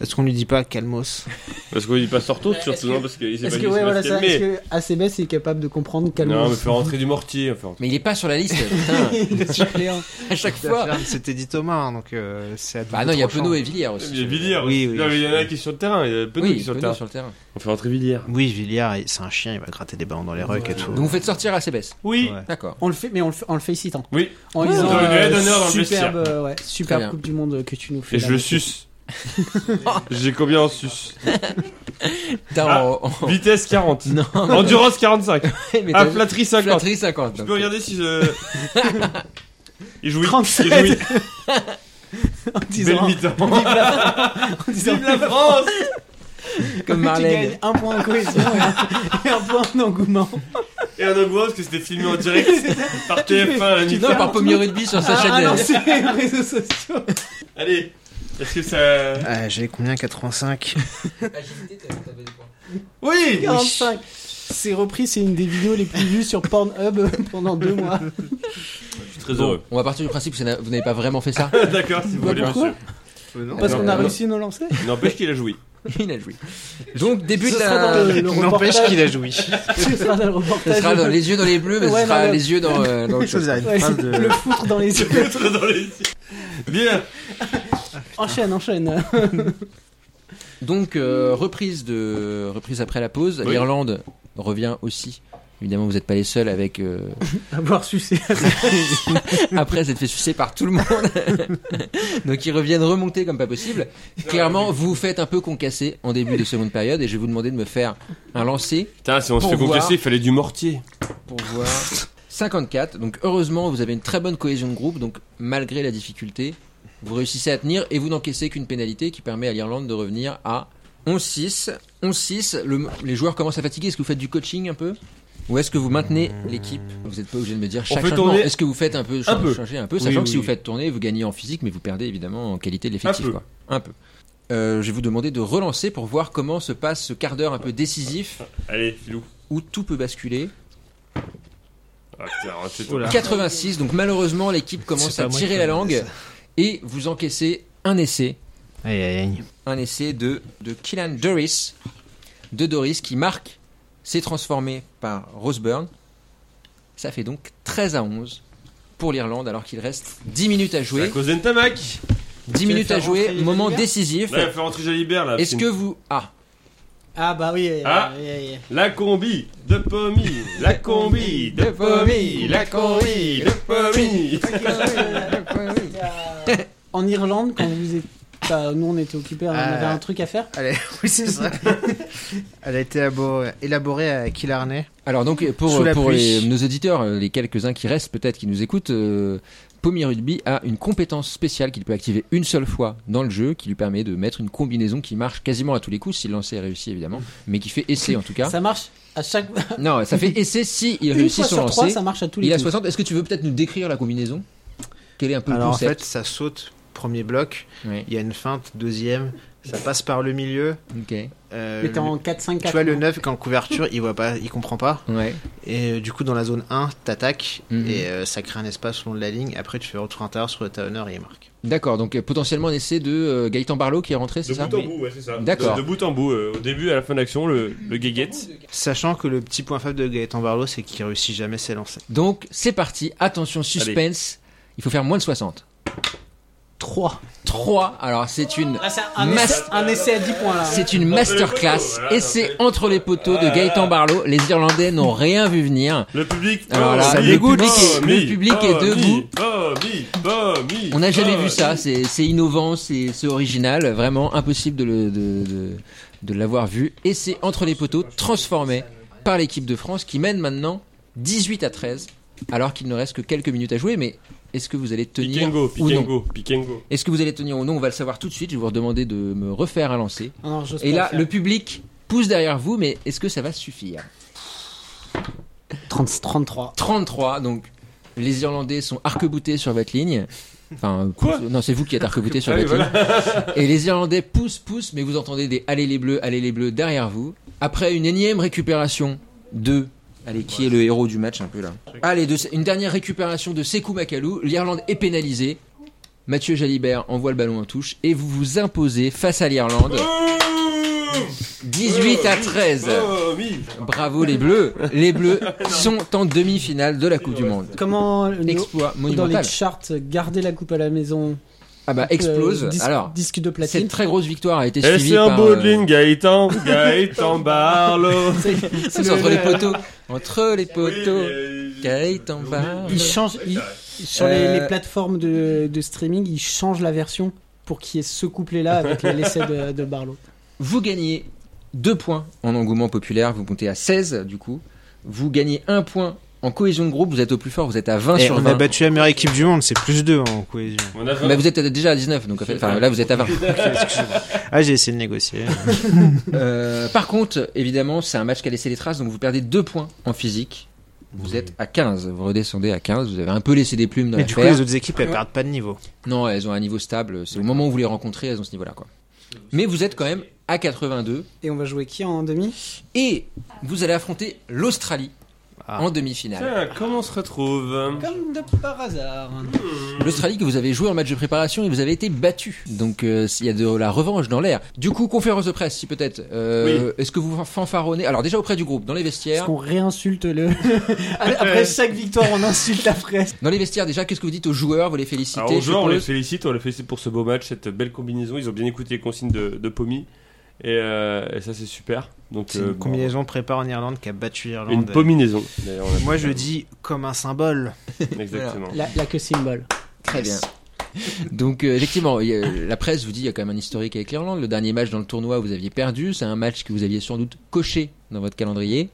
Speaker 5: Est-ce qu'on lui dit pas Calmos
Speaker 4: Parce qu'on dit pas sortons, surtout, non, parce qu'il s'est pas
Speaker 2: Est-ce
Speaker 4: dit
Speaker 2: que, ouais, voilà, ça, est-ce
Speaker 4: calmer.
Speaker 2: que ACBS est capable de comprendre
Speaker 4: Non,
Speaker 2: calmement
Speaker 4: mais faire rentrer du mortier. enfin,
Speaker 3: Mais il est pas sur la liste, putain,
Speaker 2: le suppléant
Speaker 3: à chaque fois.
Speaker 5: C'était dit Thomas, donc euh, c'est à
Speaker 3: Bah non, il y a
Speaker 5: double
Speaker 3: Penaud et
Speaker 5: tranchant.
Speaker 3: Villiers aussi.
Speaker 4: Il y a Villiers.
Speaker 5: Oui, oui.
Speaker 4: Non, mais il y en a qui sont sur le terrain. Il y a Penaud qui
Speaker 3: Oui,
Speaker 4: est sur le
Speaker 3: Penaud
Speaker 4: terrain.
Speaker 3: sur le terrain.
Speaker 4: On fait rentrer Villiers.
Speaker 5: Oui, Villiers, il- c'est un chien, il va gratter des ballons dans les rucks et tout.
Speaker 3: Donc vous faites sortir à Cébès.
Speaker 4: Oui.
Speaker 5: Ouais.
Speaker 3: D'accord.
Speaker 2: On le fait, mais on le fait en le félicitant.
Speaker 4: Oui.
Speaker 2: En
Speaker 4: Ouais.
Speaker 2: disant
Speaker 4: Dans le
Speaker 2: euh,
Speaker 4: délai d'honneur dans le
Speaker 2: superbe,
Speaker 4: vestiaire.
Speaker 2: euh, ouais,
Speaker 3: bien.
Speaker 2: superbe Coupe du Monde que tu nous fais.
Speaker 4: Et
Speaker 2: là.
Speaker 4: je le suce. J'ai combien en suce
Speaker 3: Putain,
Speaker 4: Ah.
Speaker 3: on- on-
Speaker 4: Vitesse 40.
Speaker 3: Non,
Speaker 4: Endurance 45.
Speaker 3: mais t'as-
Speaker 4: Aflatri 50.
Speaker 3: Flatterie 50.
Speaker 4: Je
Speaker 3: donc.
Speaker 4: peux regarder si je. Il jouit.
Speaker 2: 37.
Speaker 4: Il jouit.
Speaker 2: en
Speaker 4: Belle
Speaker 2: disant,
Speaker 4: mi-temps.
Speaker 2: en disant
Speaker 4: Vive la France
Speaker 3: Comme
Speaker 2: tu
Speaker 3: Marlène.
Speaker 2: gagnes un point en cohésion et un- et un point en engouement.
Speaker 4: Et un angoisse parce que c'était filmé en direct par TF1 à la
Speaker 2: Tu
Speaker 4: mi-temps.
Speaker 3: Non, par Pommier Rugby sur sa
Speaker 2: Ah, ah, non,
Speaker 3: chaîne.
Speaker 2: c'est les réseaux sociaux.
Speaker 4: Allez, est-ce que ça.
Speaker 5: Ah, J'avais combien 85
Speaker 4: Oui
Speaker 2: 45. C'est repris, c'est une des vidéos les plus vues sur Pornhub pendant deux mois.
Speaker 4: Je suis très
Speaker 3: Bon,
Speaker 4: heureux.
Speaker 3: On va partir du principe que ça n'a- vous n'avez pas vraiment fait ça.
Speaker 4: Ah, D'accord, si vous
Speaker 2: Bah,
Speaker 4: voulez,
Speaker 2: pourquoi
Speaker 4: monsieur.
Speaker 2: Parce
Speaker 4: Non,
Speaker 2: qu'on a
Speaker 4: non.
Speaker 2: réussi à nous lancer.
Speaker 4: N'empêche qu'il a joué.
Speaker 3: Il a joué. Donc début
Speaker 2: Ce
Speaker 3: de
Speaker 2: sera dans
Speaker 3: la.
Speaker 2: le, le
Speaker 5: N'empêche
Speaker 2: reportage.
Speaker 5: qu'il a joui.
Speaker 2: Ce sera dans le
Speaker 3: Ce
Speaker 2: reportage.
Speaker 3: sera dans les yeux dans les bleus, mais ce
Speaker 2: Ouais, non,
Speaker 3: sera
Speaker 2: mais-
Speaker 3: les yeux dans, euh, dans autre chose.
Speaker 2: Ouais, Le foutre dans les yeux.
Speaker 4: dans les Bien
Speaker 2: Enchaîne, enchaîne.
Speaker 3: Donc euh, reprise de reprise après la pause.
Speaker 4: Oui.
Speaker 3: L'Irlande revient aussi. Évidemment, vous n'êtes pas les seuls avec. euh,
Speaker 2: Avoir sucé.
Speaker 3: après s'être fait sucer par tout le monde. Donc ils reviennent remonter comme pas possible. Clairement, vous vous faites un peu concasser en début de seconde période et je vais vous demander de me faire un lancer
Speaker 4: Putain, si on se
Speaker 3: Pour
Speaker 4: fait
Speaker 3: voir.
Speaker 4: concasser, il fallait du mortier.
Speaker 3: pour voir 54. Donc heureusement, vous avez une très bonne cohésion de groupe. Donc malgré la difficulté, vous réussissez à tenir et vous n'encaissez qu'une pénalité qui permet à l'Irlande de revenir à 11-6. 11-6, le- les joueurs commencent à fatiguer. Est-ce que vous faites du coaching un peu ou est-ce que vous maintenez l'équipe Vous n'êtes pas obligé de me dire chaque
Speaker 4: fait
Speaker 3: changement.
Speaker 4: tourner-
Speaker 3: Est-ce que vous faites un peu,
Speaker 4: Un peu.
Speaker 3: changer un peu,
Speaker 4: Oui,
Speaker 3: sachant que
Speaker 4: oui,
Speaker 3: si vous
Speaker 4: oui.
Speaker 3: faites tourner, vous gagnez en physique, mais vous perdez évidemment en qualité de
Speaker 4: Un
Speaker 3: l'effectif.
Speaker 4: peu.
Speaker 3: quoi. Un peu. Euh, je vais vous demander de relancer pour voir comment se passe ce quart d'heure un peu décisif
Speaker 4: Allez, filou.
Speaker 3: où tout peut basculer.
Speaker 4: Ah putain, c'est
Speaker 5: Oula.
Speaker 3: 86, donc malheureusement l'équipe commence
Speaker 5: C'est pas
Speaker 3: à
Speaker 5: moi
Speaker 3: tirer
Speaker 5: qui
Speaker 3: la
Speaker 5: ai demandé
Speaker 3: langue et vous encaissez un essai,
Speaker 5: Aïe aïe aïe.
Speaker 3: un essai de, de Killan Doris, de Doris qui marque, s'est transformé par Roseburn. Ça fait donc 13 à 11 pour l'Irlande alors qu'il reste 10 minutes à
Speaker 4: À
Speaker 3: jouer.
Speaker 4: cause d'Entamac
Speaker 3: 10 minutes à
Speaker 2: faire
Speaker 3: jouer,
Speaker 2: rentrer les bah,
Speaker 3: moment
Speaker 2: Olivers
Speaker 3: décisif.
Speaker 4: Là, il fait rentrer Jalibert, là.
Speaker 3: Est-ce que vous... Ah,
Speaker 2: Ah bah oui. euh,
Speaker 4: Ah.
Speaker 2: oui, oui,
Speaker 4: La combi de Pommy La combi de Pommy La combi de Pommy
Speaker 2: oui. En Irlande, quand vous êtes... bah, nous on était occupés, on
Speaker 5: Ah.
Speaker 2: avait un truc à faire.
Speaker 5: Elle est- oui, c'est ça. Elle a été élaborée, élaborée à Killarney.
Speaker 3: Alors donc pour,
Speaker 5: Sous la
Speaker 3: pour
Speaker 5: pluie.
Speaker 3: les- nos auditeurs, euh, les quelques-uns qui restent peut-être, qui nous écoutent, euh, Pommy Rugby a une compétence spéciale qu'il peut activer une seule fois dans le jeu, qui lui permet de mettre une combinaison qui marche quasiment à tous les coups, si le lancer est réussi évidemment, mais qui fait essai en tout cas.
Speaker 2: Ça marche à chaque.
Speaker 3: Non, ça fait essai si il
Speaker 2: Une
Speaker 3: réussit
Speaker 2: fois
Speaker 3: son
Speaker 2: sur trois,
Speaker 3: lancer.
Speaker 2: ça marche à tous les
Speaker 3: il a
Speaker 2: coups.
Speaker 3: 60. Est-ce que tu veux peut-être nous décrire la combinaison Quel est un peu
Speaker 5: Alors
Speaker 3: le
Speaker 5: en fait,
Speaker 3: concept
Speaker 5: ça saute, premier bloc,
Speaker 3: Ouais.
Speaker 5: il y a une feinte, deuxième, ça passe par le milieu.
Speaker 3: Ok.
Speaker 5: euh,
Speaker 2: Mais t'es en
Speaker 5: le-
Speaker 2: 4-5-4.
Speaker 5: tu vois, le 9, quand couverture, il voit pas, il comprend pas.
Speaker 3: Ouais.
Speaker 5: Et euh, du coup, dans la zone 1, t'attaques
Speaker 3: Mhm.
Speaker 5: et euh, ça crée un espace au long de la ligne. Après, tu fais retour intérieur sur le talonneur et il marque.
Speaker 3: D'accord. Donc euh, potentiellement un essai de euh, Gaëtan Barlow qui est rentré, c'est
Speaker 4: De
Speaker 3: ça
Speaker 4: bout en bout, ouais, c'est ça.
Speaker 3: D'accord.
Speaker 4: De, de bout en bout, euh, au début, à la fin de l'action, le, le guéguette.
Speaker 5: Sachant que le petit point faible de Gaëtan Barlow, c'est qu'il réussit jamais ses lancers.
Speaker 3: Donc c'est parti. Attention, suspense. Il faut faire moins de 60.
Speaker 2: 3.
Speaker 3: 3. Alors c'est une
Speaker 2: Ah, c'est un,
Speaker 3: Mas-
Speaker 2: essai, un essai à 10 points là.
Speaker 3: c'est une masterclass.
Speaker 4: Voilà,
Speaker 3: Essai
Speaker 4: parfait.
Speaker 3: entre les poteaux de
Speaker 4: Voilà.
Speaker 3: Gaëtan Barlow. Les Irlandais n'ont rien vu venir.
Speaker 4: Le public.
Speaker 3: Alors là,
Speaker 4: Pommy,
Speaker 3: le public est-
Speaker 4: Pommy,
Speaker 3: le public est
Speaker 4: Pommy,
Speaker 3: debout.
Speaker 4: Pommy, Pommy,
Speaker 3: On n'a jamais vu
Speaker 4: Pommy.
Speaker 3: ça. C'est c'est innovant, c'est c'est original. Vraiment impossible de le- de, de- de l'avoir vu. Essai entre les poteaux transformé par l'équipe de France qui mène maintenant 18 à 13 alors qu'il ne reste que quelques minutes à jouer. Mais est-ce que vous allez
Speaker 4: Pick
Speaker 3: tenir
Speaker 4: and go,
Speaker 3: ou
Speaker 4: pick and
Speaker 3: non
Speaker 4: go, pick and go.
Speaker 3: Est-ce que vous allez tenir ou non On va le savoir tout de suite. Je vais vous redemander de me refaire un lancer.
Speaker 2: Ah non, j'ose
Speaker 3: Et
Speaker 2: pas
Speaker 3: là,
Speaker 2: faire.
Speaker 3: le public pousse derrière vous, mais est-ce que ça va suffire
Speaker 2: 30 33.
Speaker 3: 33, donc les Irlandais sont arc-boutés sur votre ligne. Enfin,
Speaker 4: Quoi
Speaker 3: pousse- non, c'est vous qui êtes arc-boutés sur
Speaker 4: Ah oui,
Speaker 3: votre ligne. Et les Irlandais poussent, poussent, mais vous entendez des allez les bleus, allez les bleus derrière vous. Après une énième récupération de. Allez, qui est le héros du match un peu là Allez, de- une dernière récupération de Sekou Makalou. L'Irlande est pénalisée. Mathieu Jalibert envoie le ballon en touche et vous vous imposez face à l'Irlande. 18 à 13. Bravo les Bleus. Les Bleus sont en demi-finale de la Coupe du Monde.
Speaker 2: Comment le-
Speaker 3: Exploit
Speaker 2: dans les
Speaker 3: monumental.
Speaker 2: charts, garder la coupe à la maison
Speaker 3: Ah bah
Speaker 2: euh,
Speaker 3: explose.
Speaker 2: dis-
Speaker 3: Alors,
Speaker 2: disque de platine.
Speaker 3: cette très grosse victoire a été
Speaker 4: Et
Speaker 3: suivie
Speaker 4: Eh, c'est un
Speaker 3: par
Speaker 4: bout
Speaker 3: euh,
Speaker 4: de ligne, Gaëtan, Gaëtan Barlow.
Speaker 3: c'est entre les poteaux, entre les poteaux. Gaëtan Barre.
Speaker 2: Ils changent, ils- sur
Speaker 3: Euh,
Speaker 2: les, les plateformes de, de streaming, ils changent la version pour qu'il y ait ce couplet-là avec les- l'essai de, de Barlow.
Speaker 3: Vous gagnez 2 points en engouement populaire, vous montez à 16 du coup. Vous gagnez 1 point en cohésion de groupe, vous êtes au plus fort, vous êtes à 20
Speaker 5: Et
Speaker 3: Oh, sur
Speaker 5: on a
Speaker 3: 20.
Speaker 5: battu la meilleure équipe du monde, c'est plus 2 en cohésion.
Speaker 4: On a
Speaker 3: Mais vous êtes déjà à 19, donc en fait, enfin, là vous êtes à 20.
Speaker 5: Ah, j'ai essayé de négocier.
Speaker 3: Euh, par contre, évidemment, c'est un match qui a laissé des traces, donc vous perdez 2 points en physique. Vous êtes à 15, vous redescendez à 15, vous avez un peu laissé des plumes dans
Speaker 5: Mais
Speaker 3: la
Speaker 5: du coup,
Speaker 3: paire.
Speaker 5: les autres équipes, elles perdent pas de niveau.
Speaker 3: Non, elles ont un niveau stable, c'est au moment où vous les rencontrez, elles ont ce niveau-là. quoi. Mais vous êtes quand même à 82,
Speaker 2: Et on va jouer qui en demi
Speaker 3: et vous allez affronter l'Australie
Speaker 5: Ah.
Speaker 3: en demi-finale.
Speaker 4: Tiens, comment on se retrouve
Speaker 2: Comme de par hasard.
Speaker 3: L'Australie que vous avez joué en match de préparation et vous avez été battu. Donc euh, il y a de la revanche dans l'air. Du coup, conférence de presse, si peut-être. Euh, Est-ce que vous fanfaronnez Alors déjà auprès du groupe, dans les
Speaker 2: Parce
Speaker 3: vestiaires.
Speaker 2: qu'on réinsulte le. Après chaque victoire, on insulte la presse.
Speaker 3: Dans les vestiaires déjà, qu'est-ce que vous dites aux joueurs Vous les félicitez
Speaker 4: Alors, aux
Speaker 3: je
Speaker 4: joueurs, Ah, on les
Speaker 3: suppose
Speaker 4: félicite, on les félicite pour ce beau match, cette belle combinaison. Ils ont bien écouté les consignes de, de Pommy. Et, euh, et ça, c'est super. Donc,
Speaker 5: C'est
Speaker 4: euh,
Speaker 5: une
Speaker 4: bon,
Speaker 5: combinaison prépa en Irlande qui a battu l'Irlande.
Speaker 4: Une pominaison, d'ailleurs. on
Speaker 5: Moi, je dis comme un symbole.
Speaker 4: l'appelle. Exactement.
Speaker 2: La, la que symbole.
Speaker 3: Très bien. Donc euh, effectivement, il y a- la presse vous dit il y a quand même un historique avec l'Irlande. Le dernier match dans le tournoi, vous aviez perdu. C'est un match que vous aviez sans doute coché dans votre calendrier.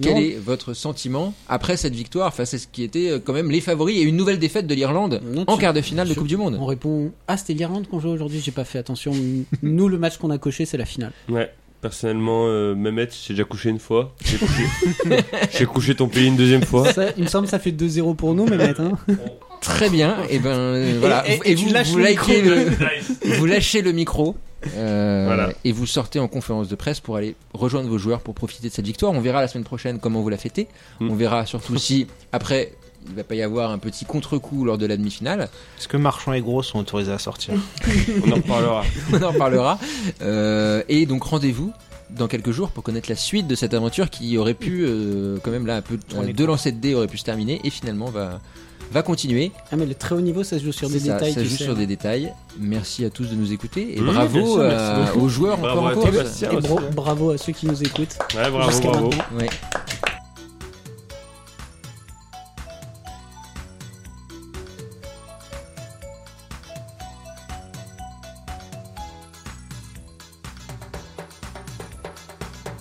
Speaker 3: Quel
Speaker 2: Non.
Speaker 3: est votre sentiment après cette victoire face à ce qui était euh, quand même les favoris et une nouvelle défaite de l'Irlande
Speaker 2: Non,
Speaker 3: en
Speaker 2: tu-
Speaker 3: quart de finale de
Speaker 2: tu-
Speaker 3: Coupe du Monde
Speaker 2: On répond Ah, c'était l'Irlande qu'on jouait aujourd'hui, j'ai pas fait attention. Nous, le match qu'on a coché, c'est la finale.
Speaker 4: Ouais. Personnellement, euh, Mehmet, j'ai déjà couché une fois. J'ai couché. j'ai couché ton pays une deuxième fois.
Speaker 2: Ça, il me semble que ça fait 2-0 pour nous, mais hein. maintenant.
Speaker 3: Très bien, et ben euh, voilà.
Speaker 2: et- et tu
Speaker 3: vous,
Speaker 2: lâches
Speaker 3: vous
Speaker 2: le
Speaker 3: likez
Speaker 2: micro.
Speaker 3: le- vous lâchez le micro euh,
Speaker 4: Voilà.
Speaker 3: et vous sortez en conférence de presse pour aller rejoindre vos joueurs pour profiter de cette victoire. On verra la semaine prochaine comment vous la fêtez.
Speaker 2: Hmm.
Speaker 4: Mm.
Speaker 3: On verra surtout si après il va pas y avoir un petit contre-coup lors de la demi-finale.
Speaker 5: Est-ce que Marchand et Gros sont autorisés à sortir
Speaker 4: On en reparlera.
Speaker 3: On en parlera. Euh, et donc rendez-vous dans quelques jours pour connaître la suite de cette aventure qui aurait pu euh, quand même là un peu
Speaker 5: On est
Speaker 3: de lancer de dés aurait pu se terminer et finalement va va continuer.
Speaker 2: Ah, mais le très haut niveau, ça se joue sur des
Speaker 3: C'est ça,
Speaker 2: détails.
Speaker 3: Ça
Speaker 2: tu
Speaker 3: joue
Speaker 2: sais. hein.
Speaker 3: sur des détails. Merci à tous de nous écouter et
Speaker 4: Mmh, bien
Speaker 3: bravo
Speaker 4: sûr, merci
Speaker 3: euh,
Speaker 4: beaucoup.
Speaker 3: aux joueurs
Speaker 4: Bravo
Speaker 3: encore
Speaker 4: à
Speaker 3: en
Speaker 4: toi,
Speaker 3: course.
Speaker 4: Bastien.
Speaker 2: Et bro- bravo à ceux qui nous écoutent.
Speaker 4: Ouais, bravo,
Speaker 2: Jusqu'à
Speaker 4: bravo.
Speaker 2: maintenant.
Speaker 3: Ouais.